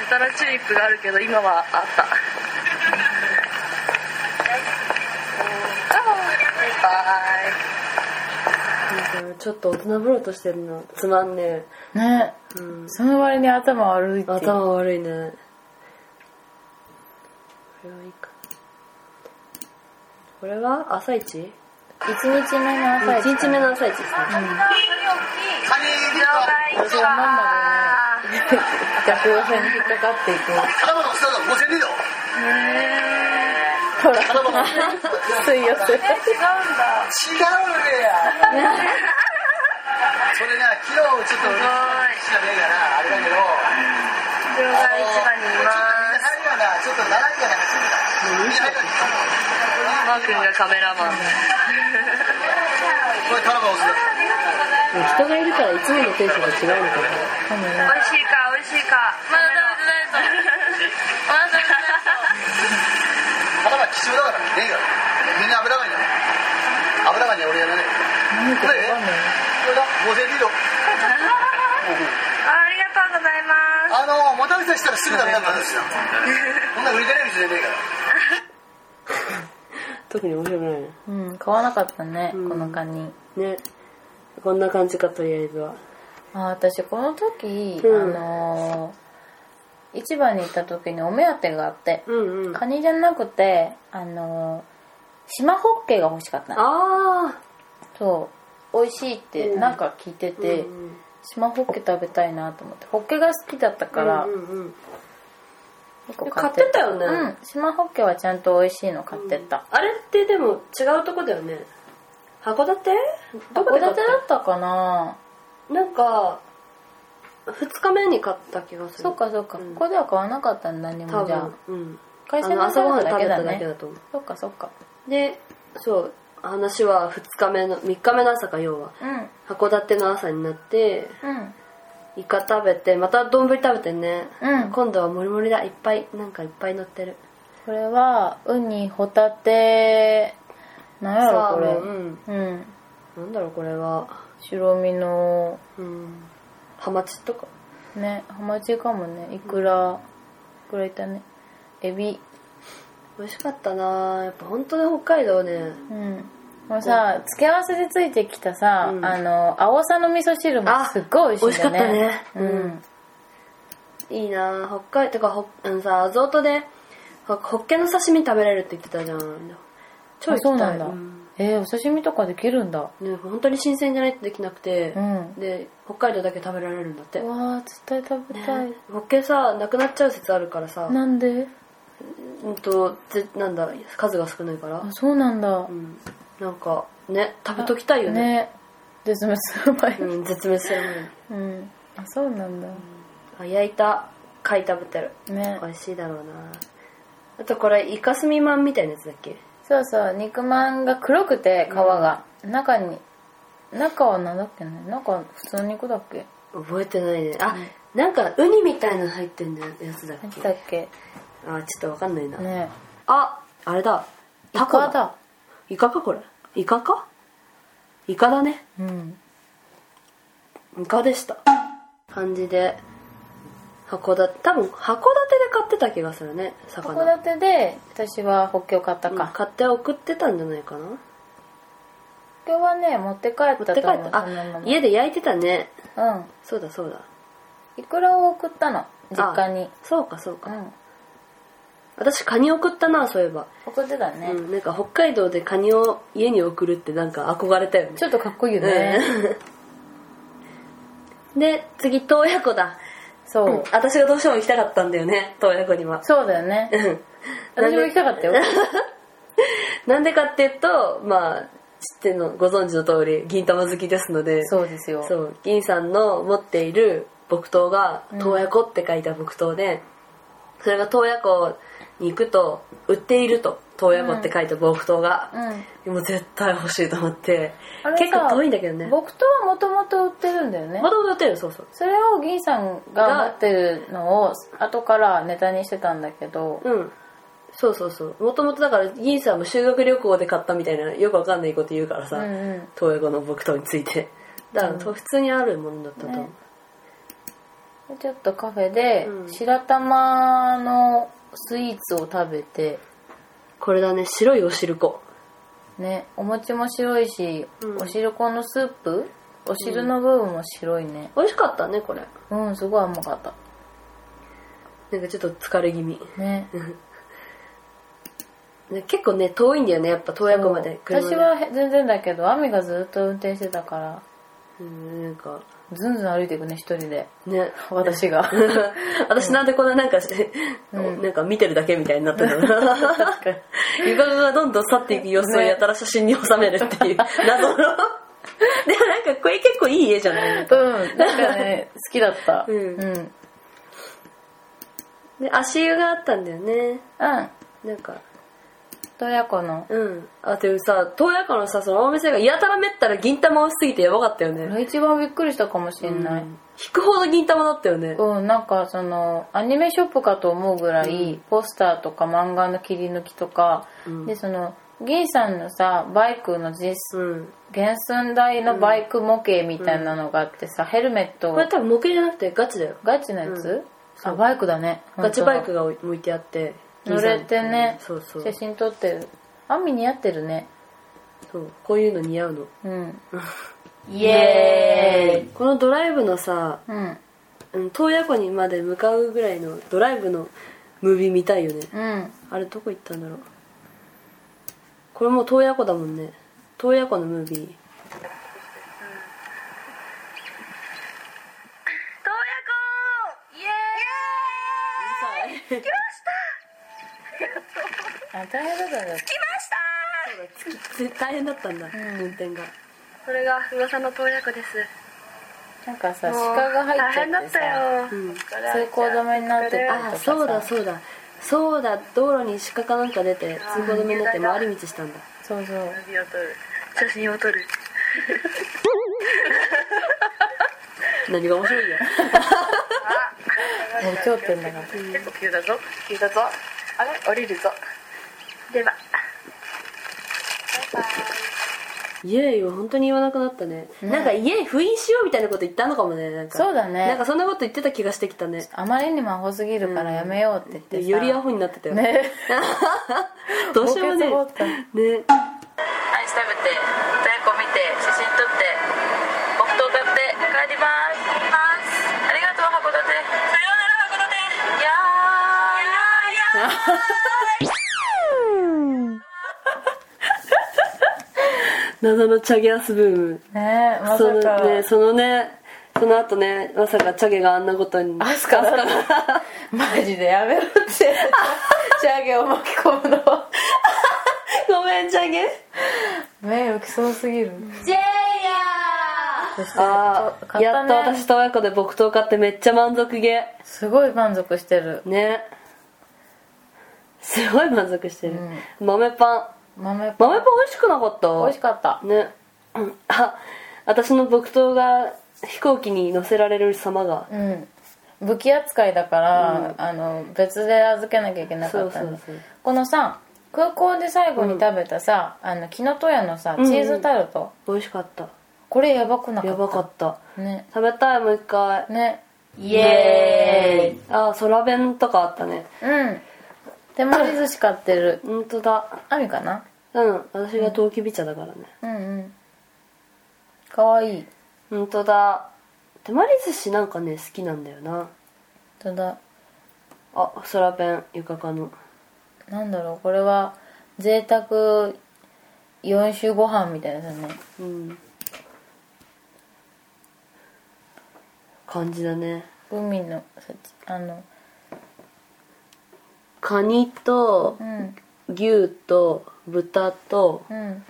S4: やたらチューリップがあるけど今はあったバイバイ
S1: なんかちょっと大人ぶろうとしてるなつまんねえ
S2: たね
S1: うん
S2: その割に頭悪いっていう
S1: 頭悪いねこれはいいかこれは朝一一
S2: 一日目の朝一
S1: 日目の朝一ですね
S4: 場
S2: 私はまんまでね蛇行編に引っかかっていく
S3: 金物したの5000リード
S2: ほら水曜する
S3: 違うねやそれが昨日ちょっと俺しかねえからあれだけど
S4: 場
S3: あのちょっとね、春はな、ちょっと長いから走るから。みんな早く来たもん。俺は、あの、
S4: 外
S3: こ
S4: 市場にいますマー君がカメラマン
S3: れ頼むお酢だ。
S1: 人がいるからいつものテンションが違うのかな
S2: かも
S4: 美
S2: ね
S4: 味しいか美味しいかまだ食べてないぞまだ食べてないぞ
S3: 頭は貴重だから、ねえから。みんな油がいいから。油がいい俺やらない。
S2: 何かわかんない
S3: これだ、5000リード。
S4: ありがとうございます
S3: あの、もたれさしたらすぐダメなんですよ。こんな売りてない店じゃねえから。
S1: 特に面白くないね
S2: うん買わなかったね、
S1: うん
S2: このカニ
S1: ねこんな感じかとりあえずは
S2: あ私この時、
S1: うん
S2: あのー市場に行った時にお目当てがあって、
S1: うんうん
S2: カ
S1: あ
S2: ニじゃなくてあのー島ホッケが欲しかったの
S1: あ
S2: そう美味しいって
S1: うん
S2: なんか聞いてて、
S1: うん
S2: 島ホッケ食べたいなと思ってホッケが好きだったから
S1: うんうんうん
S2: 結構
S1: 買ってたよね
S2: うん島ホッケはちゃんと美味しいの買ってった
S1: あれってでも違うとこだよね函館どこ
S2: 函
S1: で
S2: 館だ
S1: 買
S2: っ
S1: った
S2: たかな
S1: なんか2日目に買った気がする
S2: そうかそうか、
S1: うん
S2: ここでは買わなかったんだ何
S1: 多
S2: もじゃあ
S1: 分うん
S2: 会社
S1: あ
S2: で
S1: の朝ごはん食べただ
S2: ね
S1: けだと思う
S2: そっかそっか
S1: でそう話は2日目の3日目の朝か要は
S2: うん
S1: 函館の朝になって
S2: うん
S1: イカ食べてまた丼食べてね、
S2: うん
S1: 今度はもりもりだいっぱいなんかいっぱい乗ってる
S2: これはウニホタテなんやろこれ
S1: サーモン
S2: うん
S1: なんだろうこれは
S2: 白身の
S1: うんハマチとか
S2: ねハマチかもねイクラいくらいたねエビ
S1: 美味しかったなぁやっぱ本当に北海道ね
S2: うんもうさ付け合わせでついてきたさ、
S1: うん
S2: あの青さの味噌汁も
S1: あ
S2: すっごい美味しいんだね
S1: 美味しかったねいいなぁ北海道とかほあのさアゾートでほホッケの刺身食べれるって言ってたじゃん超
S2: う
S1: 行きた
S2: んあ
S1: い
S2: そうなんだ、
S1: うん
S2: えー、お刺身とかできるんだ
S1: ね本当に新鮮じゃないとできなくて
S2: う、ん
S1: で北海道だけ食べられるんだって、
S2: うわー絶対食べたい、
S1: ねホッケさなくなっちゃう説あるからさ
S2: なんで
S1: うんとぜなんだ数が少ないから
S2: あそうなんだ
S1: うんなんかね食べときたいよね
S2: ね絶滅する前に
S1: うん絶滅する前に
S2: うんあそうなんだ
S1: あ焼いた貝食べてる
S2: ね
S1: 美味しいだろうなあとこれイカスミマンみたいなやつだっけ
S2: そうそう肉まんが黒くて皮が、中に中はなんだっけね中は普通の肉だっけ
S1: 覚えてないねあ、なんかウニみたいなの入ってんだやつだっ
S2: 何
S1: け
S2: だっけ
S1: あちょっとわかんないな、
S2: ね
S1: ああれだ
S2: イ
S1: タコだ
S2: カだ
S1: イカかこれイカかイカだね
S2: うん
S1: イカでした感じで函館多分函館で買ってた気がするね魚
S2: 函館で私はホッケを買った
S1: うん
S2: か、ホッ
S1: 買って送ってたんじゃないかな
S2: ケはね持って帰
S1: 持
S2: っ
S1: って
S2: た
S1: 帰っ
S2: と
S1: た
S2: 思うそのま
S1: あ
S2: ま
S1: 家で焼いてたね
S2: うん
S1: そうだそうだ
S2: いくらを送ったの実家に
S1: そうかそう
S2: う
S1: か、
S2: ん
S1: 私カニ送ったなそういえば、
S2: 送ってたね、
S1: うん、なんか北海道でカニを家に送るってなんか憧れたよね
S2: ちょっとかっこいいよね、
S1: うんで次洞爺湖だ
S2: そう、
S1: うん私がどうしても行きたかったんだよね洞爺湖には
S2: そうだよね
S1: うん
S2: 私も行きたかったよ
S1: なんでかっていうとまあ知ってのご存知の通り銀玉好きですので
S2: そうですよ
S1: そう銀さんの持っている木刀が「洞爺湖」って書いた木刀で、それが洞爺湖に行くと売っていると洞爺湖って書いた木刀が、
S2: うん
S1: もう絶対欲しいと思って
S2: あれさ
S1: 結構遠いんだけどねも
S2: 僕とはもともと売ってるんだよね
S1: ともと売ってるよそうそう
S2: それを銀さんが持ってるのを後からネタにしてたんだけど
S1: うんそうそうそうもともとだから銀さんも修学旅行で買ったみたいなよくわかんないこと言うから
S2: う
S1: さ、
S2: んうん
S1: 東映語の木刀についてだから、普通にあるものだったと思う、
S2: ねちょっとカフェで
S1: うん
S2: 白玉のスイーツを食べて
S1: これだね白いお汁粉
S2: ねお餅も白いし、
S1: うん
S2: お汁粉のスープお汁の部分も白いね
S1: 美味しかったねこれ
S2: うん、すごい甘かった
S1: なんかちょっと疲れ気味
S2: ね
S1: ね結構ね遠いんだよねやっぱ洞爺湖まで車
S2: 私
S1: で
S2: は全然だけど亜美がずっと運転してたから
S1: うんなんか
S2: ずんずん歩いていくね一人で
S1: ね
S2: 私が
S1: 私なんでこんななんかして、 なんか見てるだけみたいになってたの 床がどんどん去っていく様子をやたら写真に収めるって いう謎のでもなんかこれ結構いい絵じゃない
S2: うんなんかね好きだった
S1: うん
S2: うん
S1: で足湯があったんだよね
S2: うん
S1: なんか
S2: 洞爺湖の
S1: うん。あ、でもさ、東野湖のさ、そのお店がやたらめったら銀玉をしすぎてやばかったよ
S2: こ
S1: ね。
S2: れ一番びっくりしたかもしれない、うん
S1: 引くほど銀玉だったよね。
S2: なんかそのアニメショップかと思うぐらい、ポスターとか漫画の切り抜きとか、
S1: うん
S2: でその銀さんのさバイクの実
S1: うん。
S2: 原寸大のバイク模型みたいなのがあってさ、ヘルメット
S1: これ多分模型じゃなくてガチだよ。
S2: ガチのや
S1: う
S2: つ、あバイクだね
S1: ガチバイク
S2: 本
S1: が置いてあって。
S2: 乗れて
S1: 銀さん
S2: ね
S1: そう
S2: 当
S1: そ
S2: だ写
S1: う。
S2: 真撮ってるアミ似合ってるね
S1: そう。こういうの似合うの。
S2: うん
S1: イ
S2: イエ
S1: このドライブのさ、
S2: ーイうん
S1: うん洞爺湖にまで向かうぐらいのドライブのムービー見たいよね。
S2: うん
S1: あれどこ行ったんだろう。これもう洞爺湖だもんね。洞爺湖のムービー。
S2: あ大変だったん だ
S1: 大変だったんだ、運転が
S4: これが噂の洞爺湖です
S2: なんかさ
S4: もう
S2: 鹿が入っ
S4: 大
S2: ちゃ
S4: 変だ
S2: っ
S4: ってた
S2: さ
S4: よ、
S1: うん
S2: 通行止めになってたりとか
S1: あ
S2: さ
S1: そうだそうだそうだ道路に鹿かなんか出て通行止めになって回り道したんだ
S2: そうそう
S4: 指を撮る写真を撮る
S1: 何が面白い よ
S2: 東京店だから
S4: 結構急だぞ急だぞあれ降りるぞでは
S1: イエーイは本当に言わなくなったね、なんかイエーイ封印しようみたいなこと言ったのかもねなんか
S2: そうだね
S1: なんかそんなこと言ってた気がしてきたね
S2: あまりにもアホすぎるからやめようって言ってさ、
S1: よりアホになってたよ、
S2: ね
S1: どうしようもね
S2: 凍結凍
S1: ね
S2: っ
S4: アイス食べて太鼓見て写真撮って木刀買って帰りますありがとう函館さようなら函館いやーいやーいやー
S1: 謎のチャゲアスブーム
S2: ねえま
S1: その
S2: さか、
S1: ねそのねその後ねまさかチャゲがあんなことに
S2: アスカだったマジでやめろっ てチャゲを巻き込むのは
S1: ごめんチャゲ
S2: 目浮きそうすぎる
S1: ジェイヤあー
S2: 買った
S1: やっ
S2: ね
S1: と私と親子で木刀買ってめっちゃ満足げ
S2: すごい満足してる
S1: ねすごい満足してる、豆パン
S2: 豆パン
S1: 豆パン美味しくなかった
S2: 美味しかった
S1: ね、うんあ私の木刀が飛行機に乗せられる様が
S2: うん武器扱いだから、あの別で預けなきゃいけなかったん
S1: そ
S2: で
S1: うそうそう
S2: このさ空港で最後に食べたさ、あの木の戸屋のさチーズタルト、
S1: 美味しかった
S2: これやばくなかった
S1: やばかった
S2: ね
S1: 食べたいもう一回
S2: ね
S1: イエーイあ空弁とかあったね
S2: うん手盛り寿司買ってる
S1: 本当だ
S2: アミかな
S1: うん私が陶器美茶だからね
S2: うんうんかわいい
S1: 本当だ手まり寿司なんかね好きなんだよな
S2: ただ
S1: あ空弁ゆかかの
S2: なんだろうこれは贅沢4種ご飯みたいなね
S1: うん感じだね
S2: 海のさあの
S1: カニと
S2: うん
S1: 牛と豚と
S2: うん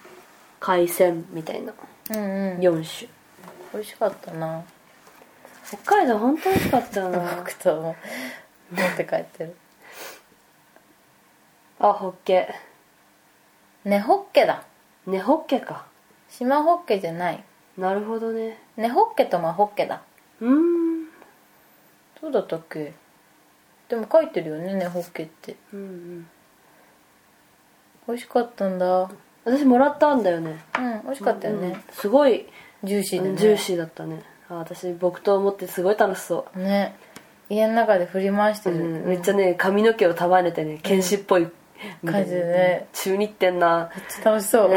S1: 海鮮みたいな
S2: うんうん
S1: 4種
S2: 美味しかったな
S1: 北海道本当美味しかったよな
S2: 僕とも持って帰ってる
S1: あホッケ
S2: ねホッケだ
S1: ねホッケか
S2: 島ホッケじゃない
S1: なるほどね
S2: ねホッケとマホッケだ
S1: うーん
S2: どうだったっけでも書いてるよねねホッケって
S1: うんうん
S2: 美味しかったんだうん
S1: 私もらったんだよね
S2: 美味しかったよね、
S1: うんすごい
S2: ジューシーでね
S1: ジューシーだったねあ私木刀持ってすごい楽しそ
S2: ね家の中で振り回して
S1: う、
S2: る、
S1: うんめっちゃね髪の毛を束ねてね剣士っぽい
S2: 感じでね
S1: 中二ってんな
S2: めっちゃ楽し そう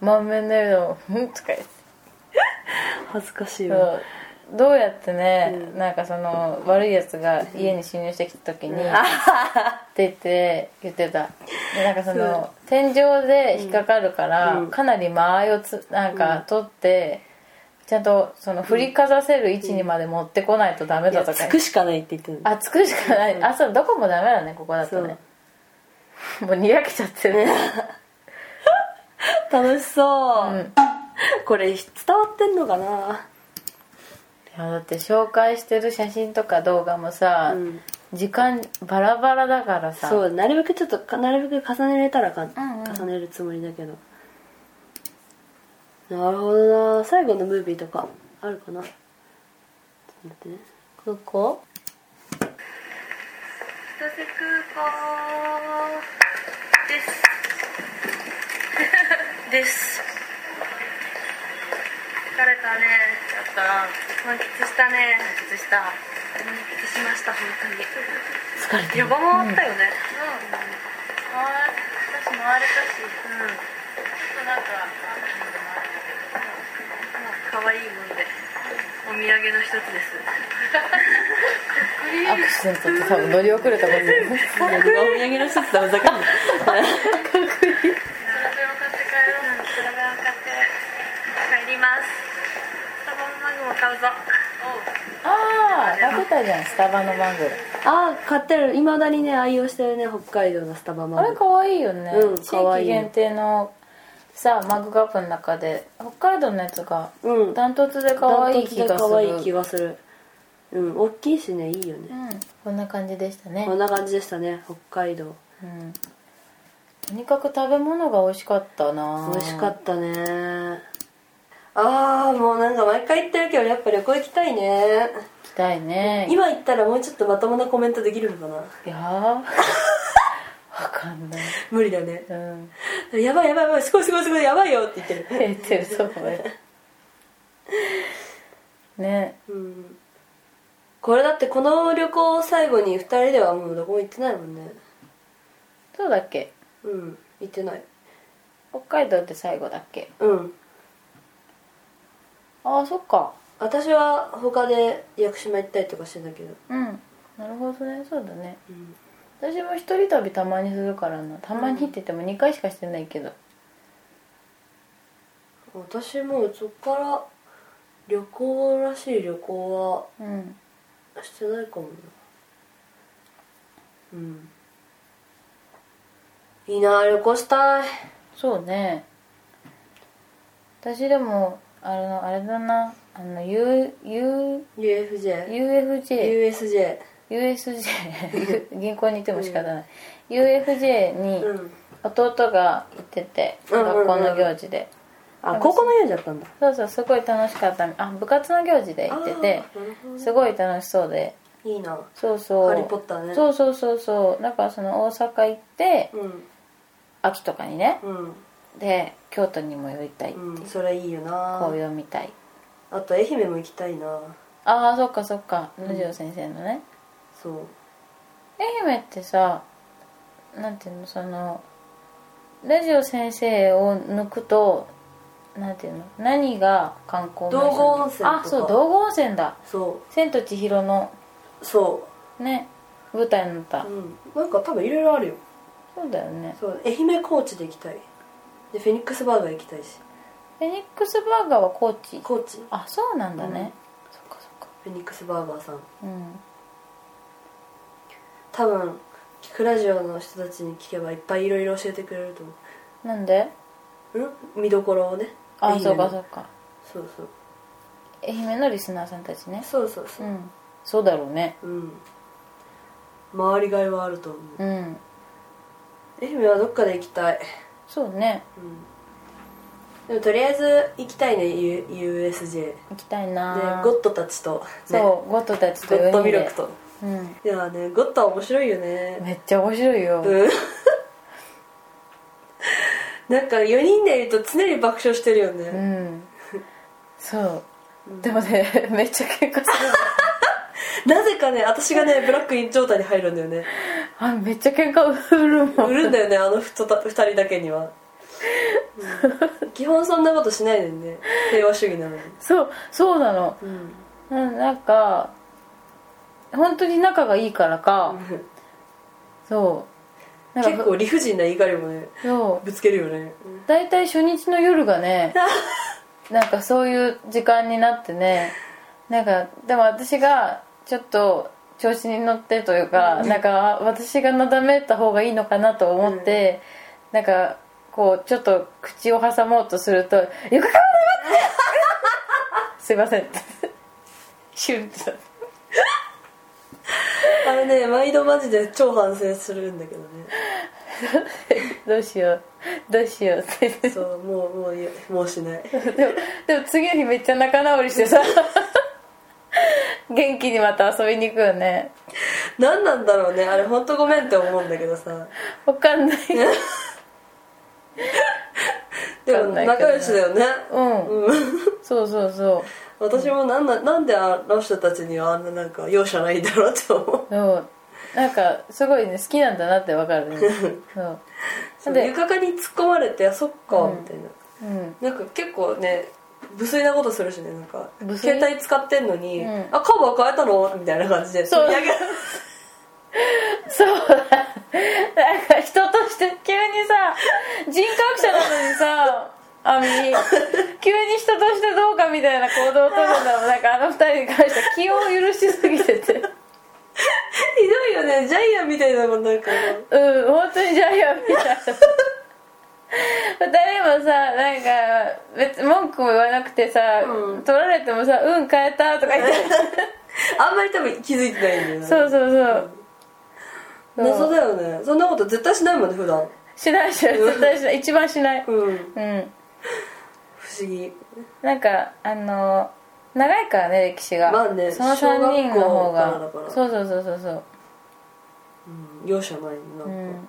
S2: 満面の笑顔「うん」とか言って
S1: 恥ずかしい
S2: そ
S1: わ
S2: うどうやってね、なんかその悪いやつが家に侵入してきた時に「って言って言ってたでなんかその天井で引っかかるから、かなり間合いをつなんか取って、ちゃんとその振りかざせる位置にまで持ってこないとダメ
S1: い
S2: だ
S1: や
S2: とか、
S1: つくしかないって言ってる
S2: あつくしかない、あそうどこもダメだねここだとねもうにやけちゃってる
S1: 楽しそう、
S2: うん
S1: これ伝わってんのかない
S2: やだって紹介してる写真とか動画もさ、
S1: うん
S2: 時間バラバラだからさ
S1: そうなるべくちょっとかなるべく重ねれたらか、
S2: んうん
S1: 重ねるつもりだけどなるほどな最後のムービーとかあるかなちょっと待ってね
S2: 空港
S4: 千歳空港です です疲れたねやった満喫したね満喫した満喫しました本当に
S1: 疲れてる
S4: 呼ば回ったよねうん、回ったし回れたしうんちょっとなんか可愛いもんでお土産の一つです
S2: アクシデントって多分乗り遅れたことだよね
S1: お土産の一つだふざけんな
S4: スラベを買って帰ろう。スラベを買って帰ります。サバンマグも買うぞ。
S2: ああ食べたじゃんスタバのマンゴー
S1: あー買ってるいまだにね愛用してるね北海道のスタバマ
S2: あれ
S1: ンゴー
S2: 可愛いよね、
S1: うん
S2: 地
S1: 可愛
S2: 域
S1: い
S2: 限定のさマグカップの中で北海道のやつが
S1: うん
S2: ダントツで可愛い気
S1: ダ
S2: が
S1: ン
S2: す
S1: トツ
S2: る
S1: で可愛い気がするうん大きいしねいいよね
S2: うん、こんな感じでしたね
S1: こんな感じでしたね北海道
S2: うんとにかく食べ物が美味しかったな
S1: 美味しかったねあーもうなんか毎回言ってるけどやっぱ旅行行きたいね
S2: 行きたいね
S1: 今行ったらもうちょっとまともなコメントできるのかない
S2: やー わかんない
S1: 無理だね
S2: うん
S1: やばいやばいやばいすごいすごいすごいやばいよって言ってる
S2: 言ってるそうねね
S1: うんこれだってこの旅行を最後に2人ではもうどこも行ってないもんね
S2: そうだっけ
S1: うん行ってない
S2: 北海道って最後だっけ
S1: うん
S2: ああそっか
S1: 私は他で屋久島行ったりとかしてんだけど
S2: うんなるほどねそうだね
S1: うん
S2: 私も一人旅たまにするからなたまにって言っても2回しかしてないけど
S1: 私もうそっから旅行らしい旅行は
S2: うん
S1: してないかもなうんいいな旅行したい
S2: そうね私でもあのあれだなあの U U
S1: UFJ
S2: UFJ
S1: USJ
S2: USJ 銀行にいても仕方ない、UFJ に
S1: うん
S2: 弟が行ってて、
S1: うんうんうん
S2: 学校の行事で
S1: あ高校の家だったんだ
S2: そうそうすごい楽しかったあ部活の行事で行ってて
S1: あーなるほどね
S2: すごい楽しそうで
S1: いいな
S2: そうそう
S1: ハリーポッターね
S2: そうそうそうそうだからその大阪行って
S1: うん
S2: 秋とかにね
S1: うん
S2: で京都にも寄りたいって、
S1: うんそれいいよな
S2: 紅葉みたい
S1: あと愛媛も行きたいな
S2: ああそっかそっか野次郎先生のね、
S1: そう
S2: 愛媛ってさなんていうのそのラジオ先生を抜くとなんていうの何が観光名所
S1: 道後温泉とか
S2: あそう道後温泉だ
S1: そ
S2: 「千と千尋」の
S1: うそ
S2: ね舞台になった、
S1: ううんなんか多分いろいろあるよ
S2: そうだよね
S1: そう愛媛高知で行きたいでフェニックスバーガー行きたいし
S2: フェニックスバーガーは高知
S1: 高知
S2: あそうなんだね、
S1: うん
S2: そっかそっか
S1: フェニックスバーガーさん
S2: うん
S1: 多分キクラジオの人たちに聞けばいっぱいいろいろ教えてくれると思
S2: なんで
S1: ううん見どころをね愛
S2: あ
S1: 媛
S2: そう
S1: の
S2: かそうか
S1: そうそう
S2: 愛媛のリスナーさんたちね
S1: そうそうそううん
S2: そうだろうね
S1: うん回りがいはあると思う
S2: うん
S1: 愛媛はどっかで行きたい
S2: そうね
S1: うんでもとりあえず行きたいね U- USJ で
S2: 行きたいなー
S1: ゴッドたちと、ね、
S2: そう、ゴッドたちと
S1: ゴッ
S2: 4人
S1: ド
S2: で
S1: ミルクと
S2: うん、
S1: いやねゴッドは面白いよね
S2: めっちゃ面白いよ、
S1: うん なんか4人でいると常に爆笑してるよ
S2: う
S1: ね、
S2: ん、そう、でもね めっちゃ喧嘩する
S1: なぜかね私がねブラックイン状態に入るんだよね
S2: あめっちゃ喧嘩売るも
S1: 売
S2: ん
S1: るんだよねあの2人だけには、うん基本そんなことしないのにね平和主義なのに
S2: そうそうなの、
S1: うん
S2: うん、なんか本当に仲がいいからか、そうなん
S1: 結
S2: か
S1: 構理不尽な怒りもね
S2: そう
S1: ぶつけるよね
S2: 大体初日の夜が ねなんかそういう時間になってねなんかでも私がちょっと調子に乗ってというか、なんか私がなだめた方がいいのかなと思って、なんかこうちょっと口を挟もうとすると「 よくかわって!」すいません シュンってなって
S1: あれね毎度マジで超反省するんだけど
S2: どうしようどうしようって
S1: ねそうもうもういいもうしない
S2: でもでも次の日めっちゃ仲直りしてさ元気にまた遊びに行くよね
S1: 何なんだろうねあれ本当ごめんって思うんだけどさ
S2: わかんない
S1: でも仲良しだよね
S2: うん、
S1: うん
S2: そうそうそ
S1: 私もなんななんであの人たちにはあんななんか容赦ないんだろうって思う
S2: うでもなんかすごいね好きなんだなってわかるねそう
S1: そう
S2: で
S1: 床かに突っ込まれてあそっか
S2: うん
S1: みたいな、
S2: うん
S1: なんか結構ね無粋なことするしねなんか
S2: 無粋
S1: 携帯使ってんのに、
S2: うん
S1: あカバー変えたのみたいな感じで
S2: そう
S1: 取り上げ
S2: そうだなんか人として急にさ人格者なのにさあみ急に人としてどうかよみたいな行動をとるんだろうなんかあの二人に関しては気を許しすぎてて
S1: ひどいよねジャイアンみたいなもんなんか
S2: うん本当にジャイアンみたいな二人もさなんか別文句も言わなくてさ、
S1: うん
S2: 取られてもさ「うん変えた」とか言って
S1: あんまり多分気づいてないんだよね
S2: そうそうそう、
S1: 謎
S2: そう
S1: だよねそんなこと絶対しないもんね普段
S2: しないしない絶対しない一番しない
S1: うん
S2: うん
S1: 不思議
S2: なんかあの長いからね歴史が、
S1: まあね
S2: その3人の
S1: 小学校
S2: 方が
S1: からだから
S2: そうそうそうそうそう
S1: うん容赦ないな
S2: うん
S1: か
S2: ん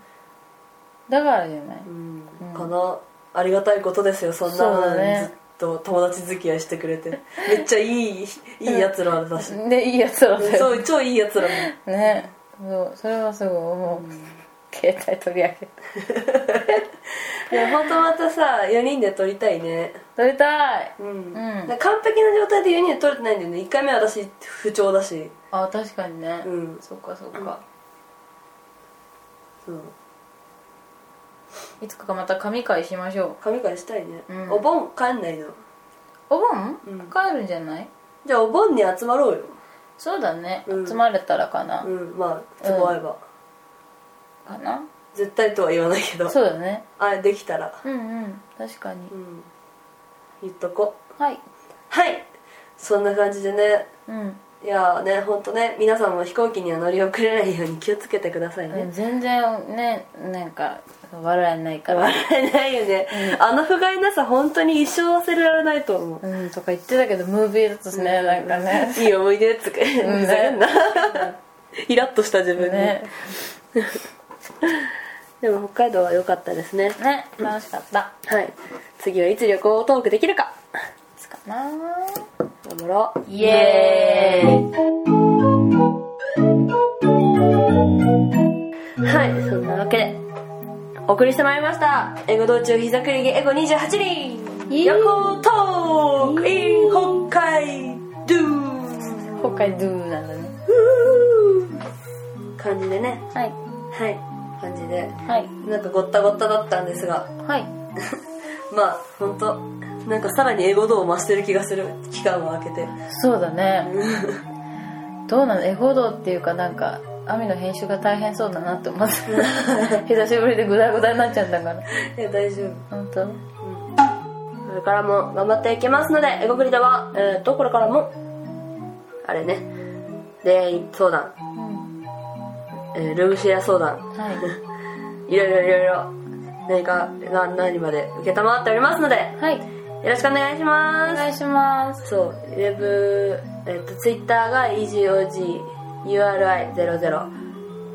S2: だからじゃない
S1: うん
S2: うん
S1: かなありがたいことですよそんな
S2: そう
S1: の
S2: だね
S1: ずっと友達付き合いしてくれて めっちゃいいいいやつらだし
S2: でいいやつだった
S1: そ
S2: よ
S1: う超いいやつら
S2: ねそうそれはすごい思う、携帯取り上げて
S1: いや本当またさ4人で撮りたいね
S2: 撮りたい
S1: うん、
S2: うん
S1: だから完璧な状態で4人で撮れてないんだよね1回目私不調だし
S2: あ確かにね、
S1: うん
S2: そっかそっか、
S1: そう
S2: いつかまた神会しましょ
S1: 神会したいね、
S2: うん
S1: お盆帰んないの
S2: うお盆、
S1: うん
S2: 帰るんじゃない
S1: じゃあお盆に集まろうよ
S2: そうだね、
S1: うん
S2: 集まれたらかな、
S1: うんまあ都合合えば、
S2: かな
S1: 絶対とは言わないけど
S2: そうだね
S1: あできたら
S2: うんうん確かに、
S1: うん言っとこ
S2: はい
S1: はいそんな感じでね
S2: うん
S1: いやーね本当ね皆さんも飛行機には乗り遅れないように気をつけてくださいね、
S2: 全然ねなんか笑えないから
S1: 笑え ないよね、あの不甲斐なさ本当に一生忘れられないと思う、
S2: うんとか言ってたけどムービーだとね、なんかね
S1: いい思い出とか言
S2: うん
S1: うんなイラッとした自分に、
S2: ね
S1: でも北海道は良かったですね
S2: ね楽しかった
S1: はい次はいつ旅行トークできるか
S2: つかな
S1: 頑張ろう
S2: イエーイ
S1: はいそんなわけでお送りしてまいりました英語道中膝くりげエゴ28人
S2: イエーイ
S1: 旅行トーク in 北海道
S2: 北海道なんだね
S1: 感じでね
S2: はい
S1: はい感じで
S2: はい
S1: なんかごったごっただったんですが
S2: はい
S1: まあ本当なんかさらに英語度を増してる気がする期間を空けて
S2: そうだねどうなのエゴドっていうかなんか網の編集が大変そうだなって思って久しぶりでグダグダになっちゃったから
S1: いや大丈夫
S2: 本当
S1: これからも頑張っていきますのでエゴグリではえっ、とこれからもあれね恋愛相談、
S2: うん
S1: えールームシェア相談
S2: はい
S1: いろいろいろいろ何かな何まで承っておりますのでよ
S2: はい
S1: ろしくお願いし
S2: お
S1: ます
S2: 願いします
S1: そう、ウェブ、えっと、ツイッターが EGOGURI00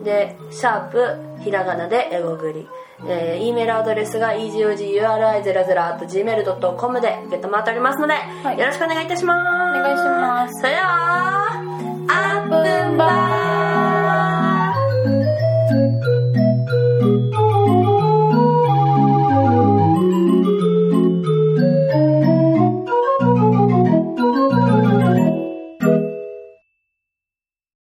S1: で、シャープ、ひらがなでエゴグリ。えー、E メールアドレスが EGOGURI00.gmail.com で受け止まっておりますので、
S2: い
S1: よろしくお願いいたします。
S2: お願いします
S1: それでは、アップンバー